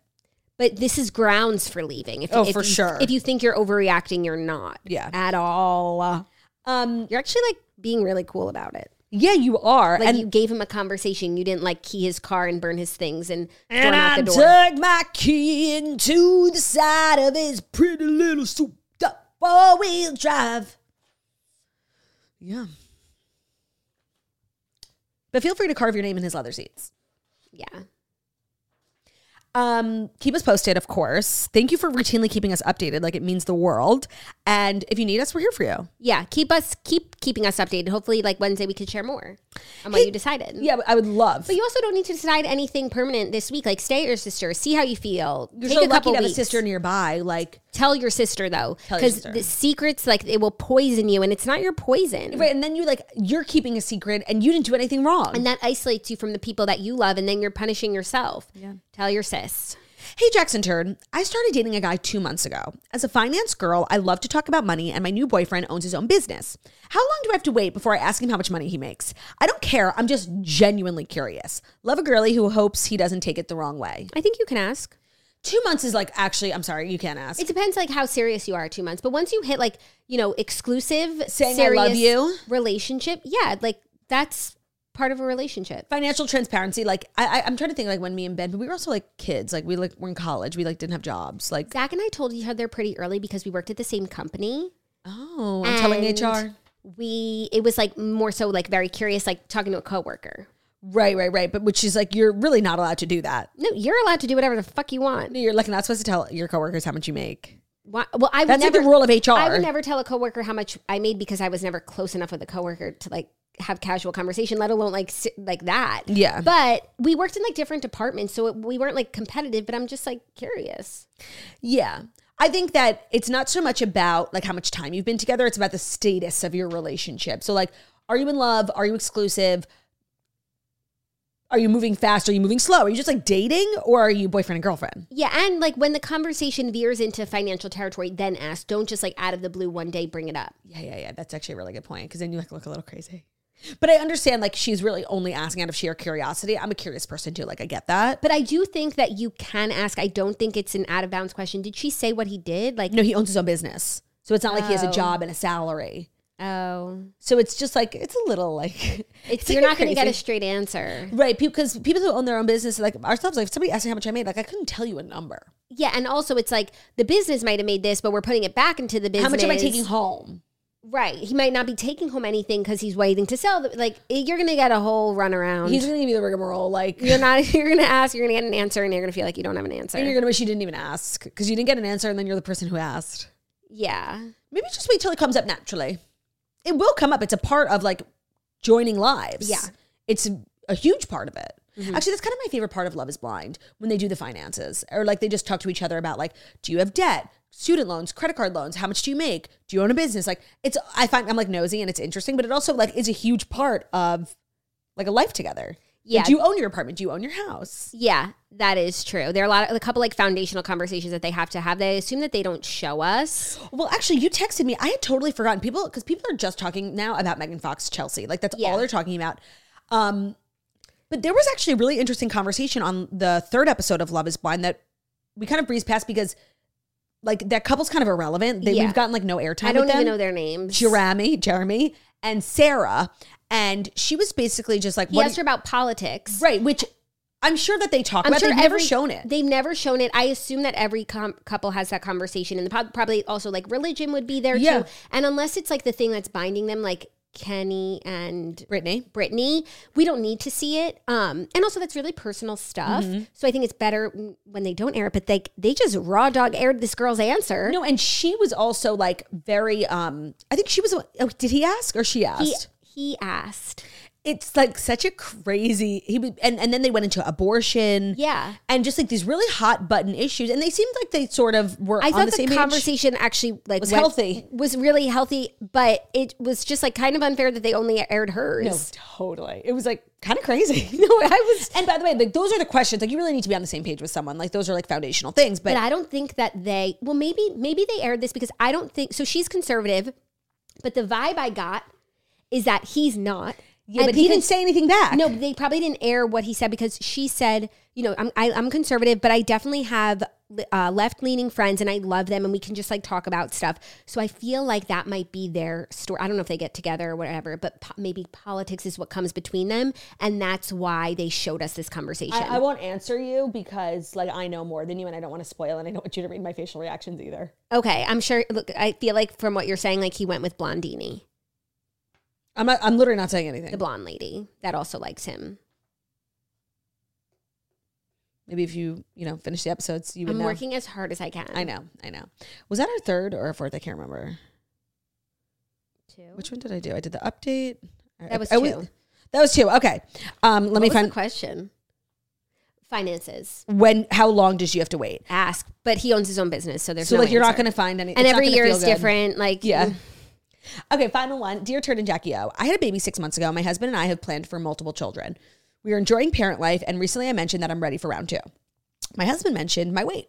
But this is grounds for leaving. If,
Oh,
if
for
you,
sure.
If you think you're overreacting, you're not.
Yeah.
At all.
Um,
You're actually like being really cool about it.
yeah, you are.
Like
and
you gave him a conversation. You didn't like key his car and burn his things and throw him
And
out
I
the door.
dug my key into the side of his pretty little souped up four wheel drive. Yeah. But feel free to carve your name in his leather seats.
yeah.
Um, keep us posted, of course. Thank you for routinely keeping us updated. Like it means the world. And if you need us, we're here for you.
Yeah. Keep us keep keeping us updated. Hopefully like Wednesday we could share more on what you decided.
Yeah, I would love.
But you also don't need to decide anything permanent this week. Like stay at your sister, see how you feel.
You're
Take
so
a couple
lucky to have a
weeks.
sister nearby. Like,
Tell your sister though.
Tell your
Because
sister.
the secrets like it will poison you and it's not your poison.
right, and then you like you're keeping a secret, and you didn't do anything wrong.
And that isolates you from the people that you love and then you're punishing yourself. Yeah. Tell your sis.
Hey, Jackson Turd. I started dating a guy two months ago. As a finance girl, I love to talk about money, and my new boyfriend owns his own business. How long do I have to wait before I ask him how much money he makes? I don't care. I'm just genuinely curious. Love a girly who hopes he doesn't take it the wrong way.
I think you can ask.
two months is like actually. I'm sorry, you can't ask.
It depends like how serious you are at two months. But once you hit like, you know, exclusive
Saying I
serious
love you.
relationship, yeah, like that's part of a relationship.
Financial transparency, like I, I, I'm trying to think, like when me and Ben, but we were also like kids, like we like were in college, we like didn't have jobs, like
Zach and I told each other pretty early because we worked at the same company.
oh, I'm telling
And
HR,
We it was like more so like very curious, like talking to a coworker.
right, right, right, but which is like you're really not allowed to do that.
No, you're allowed to do whatever the fuck you want.
You're like not supposed to tell your coworkers how much you make.
Why, well, I would
That's
never
like the rule of HR.
I would never tell a coworker how much I made because I was never close enough with a coworker to like have casual conversation, let alone like si- like that.
Yeah.
But we worked in like different departments, so it, we weren't like competitive. But I'm just like curious.
Yeah. I think that it's not so much about like how much time you've been together, it's about the status of your relationship. So like are you in love? Are you exclusive? Are you moving fast? Are you moving slow? Are you just like dating or are you boyfriend and girlfriend?
Yeah, and like when the conversation veers into financial territory, then ask. Don't just like out of the blue one day bring it up.
Yeah, yeah, yeah. That's actually a really good point because then you like look a little crazy. But I understand like she's really only asking out of sheer curiosity. I'm a curious person too. Like I get that.
But I do think that you can ask. I don't think it's an out of bounds question. Did she say what he did? Like,
No, he owns his own business. So it's not like he has a
Oh.
job and a salary.
oh,
So it's just like it's a little like like
it's, you're
a
not going to get
crazy-
a straight answer.
Right, because people who own their own business, like ourselves, like if somebody asked me how much I made, like I couldn't tell you a number.
Yeah, and also it's like the business might have made this, but we're putting it back into the business.
How much am I taking home?
Right, he might not be taking home anything because he's waiting to sell. The, like it- you're going to get a whole runaround.
He's gonna give you the rigmarole, like
you're not. You're going to ask. You're going to get an answer, and you're going to feel like you don't have an answer.
and you're gonna wish you didn't even ask because you didn't get an answer, and then you're the person who asked.
yeah,
Maybe just wait till it comes up naturally. It will come up. It's a part of like joining lives.
Yeah. Mm-hmm.
it's a, a huge part of it. Actually, that's kind of my favorite part of Love Is Blind when they do the finances or like they just talk to each other about like, do you have debt? Student loans, credit card loans, how much do you make? Do you own a business? Like it's I find I'm like nosy and it's interesting, but it also like is a huge part of like a life together.
Yeah.
Do you own your apartment? Do you own your house?
yeah, that is true. There are a lot of a couple like foundational conversations that they have to have. They assume that they don't show us.
Well, actually, you texted me. I had totally forgotten people because people are just talking now about Megan Fox Chelsea. Like that's all
Yeah.
they're talking about. Um, but there was actually a really interesting conversation on the third episode of Love Is Blind that we kind of breezed past because, like, that couple's kind of irrelevant. They,
Yeah.
We've gotten like no airtime.
I don't
with them.
even know their names.
Jeremy, Jeremy, and Sarah, and she was basically just like,
He
what
asked her about politics.
right? Which I'm sure that they talk
I'm
about.
sure
They've never
every-
shown it.
They've never shown it. I assume that every com- couple has that conversation, and the prob- probably also like religion would be there
Yeah.
too. And unless it's like the thing that's binding them, like Kenny and
Brittany,
Brittany, we don't need to see it. Um, and also that's really personal stuff.
Mm-hmm.
So I think it's better w- when they don't air it. But like they just raw dog aired this girl's answer.
No, and she was also like very um I think she was oh, did he ask or she
he,
asked?
he asked.
it's like such a crazy he would, and and then they went into abortion.
Yeah.
And just like these really hot button issues and they seemed like they sort of were
I
on
thought
the,
the,
same page.
conversation actually like
Was
went-
healthy.
was really healthy, but it was just like kind of unfair that they only aired hers.
No, totally. It was like kind of crazy. no, I was And by the way, like those are the questions like you really need to be on the same page with someone. Like those are like foundational things, but
but I don't think that they well maybe maybe they aired this because I don't think so she's conservative, but the vibe I got is that he's not.
yeah,
And
but he
because-
didn't say anything back.
No, they probably didn't air what he said because she said, you know, I'm I, I'm conservative, but I definitely have uh, left leaning friends and I love them and we can just like talk about stuff. So I feel like that might be their story. I don't know if they get together or whatever, but po- maybe politics is what comes between them, and that's why they showed us this conversation.
I, I won't answer you because like I know more than you and I don't want to spoil and I don't want you to read my facial reactions either.
okay, I'm sure. Look, I feel like from what you're saying, like he went with Blondini.
I'm not, I'm literally not saying anything.
the blonde lady that also likes him.
maybe if you you know finish the episodes you would
I'm
know
working as hard as I can.
i know i know was that our third or our fourth i can't remember
Two.
which one did i do i did the update
That was
I always-
two.
that was two okay um let
What
me
was the
find
question. Finances.
when how long did you have to wait
Ask, but he owns his own business, so there's
so
no
like you're not
answer.
gonna find any
And
it's not
every
gonna
year
feel
is
good.
different. Like
yeah okay final one dear turd and jackie o i had a baby six months ago my husband and i have planned for multiple children we are enjoying parent life and recently i mentioned that i'm ready for round two my husband mentioned my weight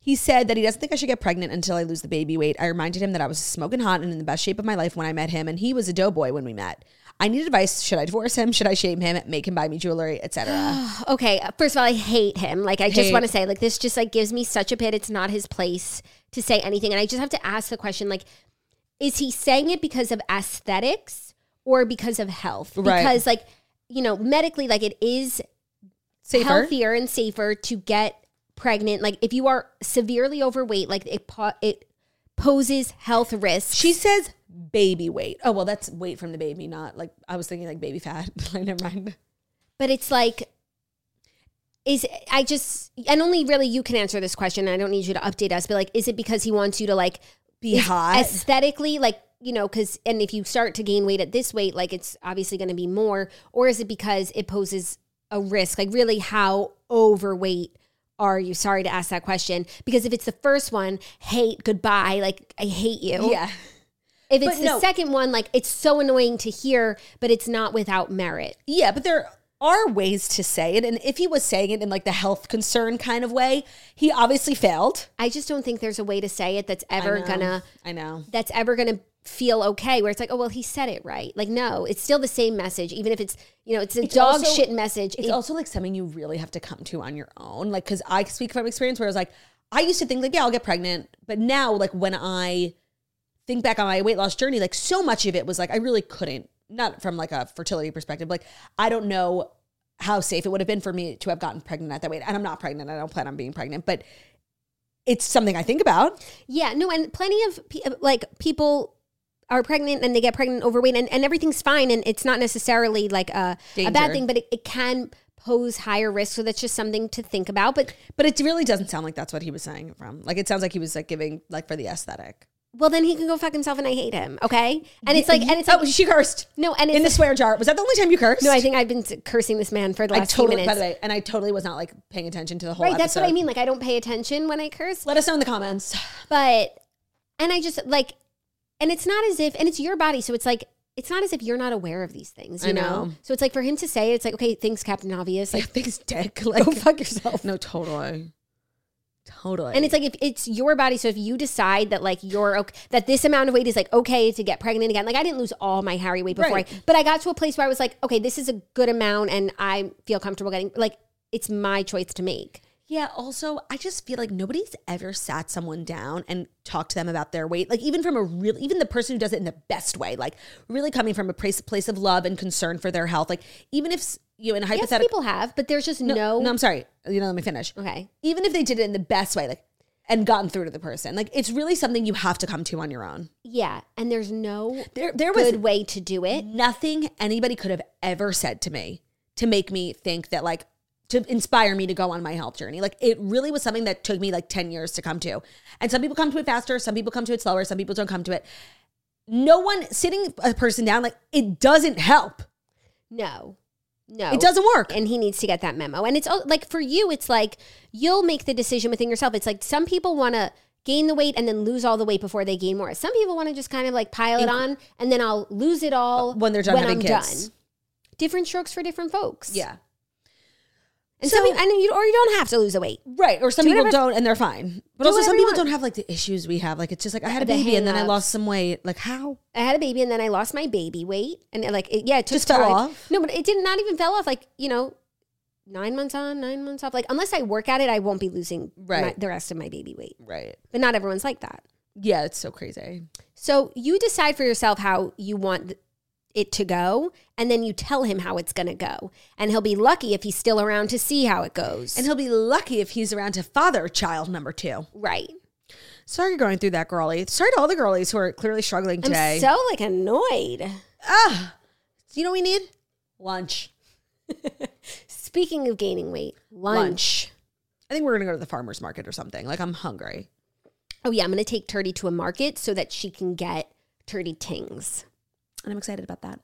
He said that he doesn't think I should get pregnant until I lose the baby weight. I reminded him that I was smoking hot and in the best shape of my life when I met him, and he was a doughboy when we met. I need advice. Should I divorce him? Should I shame him? Make him buy me jewelry, etc.
Okay, uh, first of all, I hate him. Like I just
Hate.
want to say like this just like gives me such a pit. It's not his place to say anything and I just have to ask the question like is he saying it because of aesthetics or because of health?
Right.
Because like you know, medically like it is
Safer.
healthier and safer to get pregnant. Like if you are severely overweight, like it po- it poses health risks.
She says baby weight. Oh well, that's weight from the baby, not like I was thinking like baby fat. like never mind.
but it's like is i just and only really you can answer this question i don't need you to update us but like is it because he wants you to like
Be hot.
aesthetically like you know because and if you start to gain weight at this weight like it's obviously going to be more or is it because it poses a risk like really how overweight are you sorry to ask that question because if it's the first one hate goodbye like i hate you
yeah.
if it's
But
the
no.
second one like it's so annoying to hear but it's not without merit
Yeah, but there are ways to say it. And if he was saying it in like the health concern kind of way, he obviously failed.
I just don't think there's a way to say it that's ever
know.
gonna
I know.
that's ever gonna feel okay where it's like, oh well he said it right. Like no, it's still the same message, even if it's you know, it's a dog
also-
shit message.
It's
It-
also like something you really have to come to on your own. Like, cause I speak from experience where I was like, I used to think like, yeah, I'll get pregnant. But now, like when I think back on my weight loss journey, like so much of it was like, I really couldn't, not from like a fertility perspective, but, like I don't know how safe it would have been for me to have gotten pregnant at that weight. And I'm not pregnant. I don't plan on being pregnant, but it's something I think about.
yeah, no, and plenty of pe- like people are pregnant and they get pregnant overweight and, and everything's fine and it's not necessarily like a, a bad
Danger.
thing, but it, it can pose higher risk. So that's just something to think about. But
But it really doesn't sound like that's what he was saying it from. Like it sounds like he was like giving like for the aesthetic.
well then he can go fuck himself and I hate him. Okay. And it's like and it's
oh,
like
she cursed
no and it's
in the swear jar. Was that the only time you cursed?
no, I think I've been cursing this man for the
I
last two
totally.
minutes.
By the way, and I totally was not like paying attention to the whole.
Right, that's what I
episode.
mean. Like I don't pay attention when I curse,
Let us know in the comments.
but and I just like, and it's not as if, and it's your body, so it's like it's not as if you're not aware of these things, you
I
know?
know.
So it's like for him to say, it's like okay, thanks, Captain Obvious, like,
Like things, dick. Like
go fuck yourself.
no, totally, totally.
And it's like if it's your body, so if you decide that like you're okay, that this amount of weight is like okay to get pregnant again, like I didn't lose all my Harry weight before,
Right.
I, but I got to a place where I was like, okay, this is a good amount, and I feel comfortable getting like it's my choice to make.
Yeah, also, I just feel like nobody's ever sat someone down and talked to them about their weight. Like, even from a real, even the person who does it in the best way, like, really coming from a place, place of love and concern for their health. Like, even if, s- you know, in a
Yes,
hypothetical.
people have, but there's just
no,
no.
I'm sorry. You know, let me finish.
Okay.
Even if they did it in the best way, like, and gotten through to the person, like, it's really something you have to come to on your own.
Yeah, and there's no
There, there was
good way to do it.
nothing anybody could have ever said to me to make me think that like to inspire me to go on my health journey. Like it really was something that took me like 10 years to come to. And some people come to it faster, some people come to it slower, some people don't come to it. No one sitting a person down like it doesn't help.
No, no,
It doesn't work.
And he needs to get that memo. And it's all- like for you, it's like you'll make the decision within yourself. It's like some people want to gain the weight and then lose all the weight before they gain more. Some people want to just kind of like pile it on and then I'll lose it all
Uh, When they're done having kids.
Different strokes for different folks.
yeah.
and so,
So-
and you or you don't have to lose the weight.
Right. Or some
Do
people
whatever-
don't and they're fine. But
Do
also some
whatever you
people
want.
don't have like the issues we have. Like it's just like I had a
The
baby and then I
hang-ups.
lost some weight. Like how?
I had a baby and then I lost my baby weight and it, like it, yeah, it took
Just fell
time.
off?
No, but it did not even fell off. Like you know, nine months on, nine months off. Like unless I work at it, I won't be losing my-
Right.
the rest of my baby weight.
Right.
But not everyone's like that.
Yeah, it's so crazy.
So you decide for yourself how you want it to go, and then you tell him how it's going to go, and he'll be lucky if he's still around to see how it goes.
And he'll be lucky if he's around to father child number 2.
right.
Sorry you're going through that, girly. Sorry to all the girlies who are clearly struggling today.
I'm so like annoyed.
ah, you know what we need? Lunch.
Speaking of gaining weight, lunch.
Lunch. I think we're gonna go to the farmer's market or something. Like I'm hungry.
Oh yeah, I'm going to take Turdy to a market so that she can get Turdy tings.
And I'm excited about that.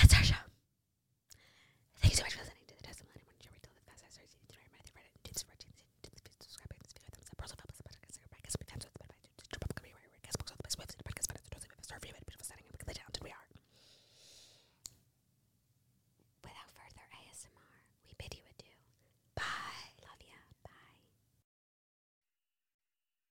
That's our show.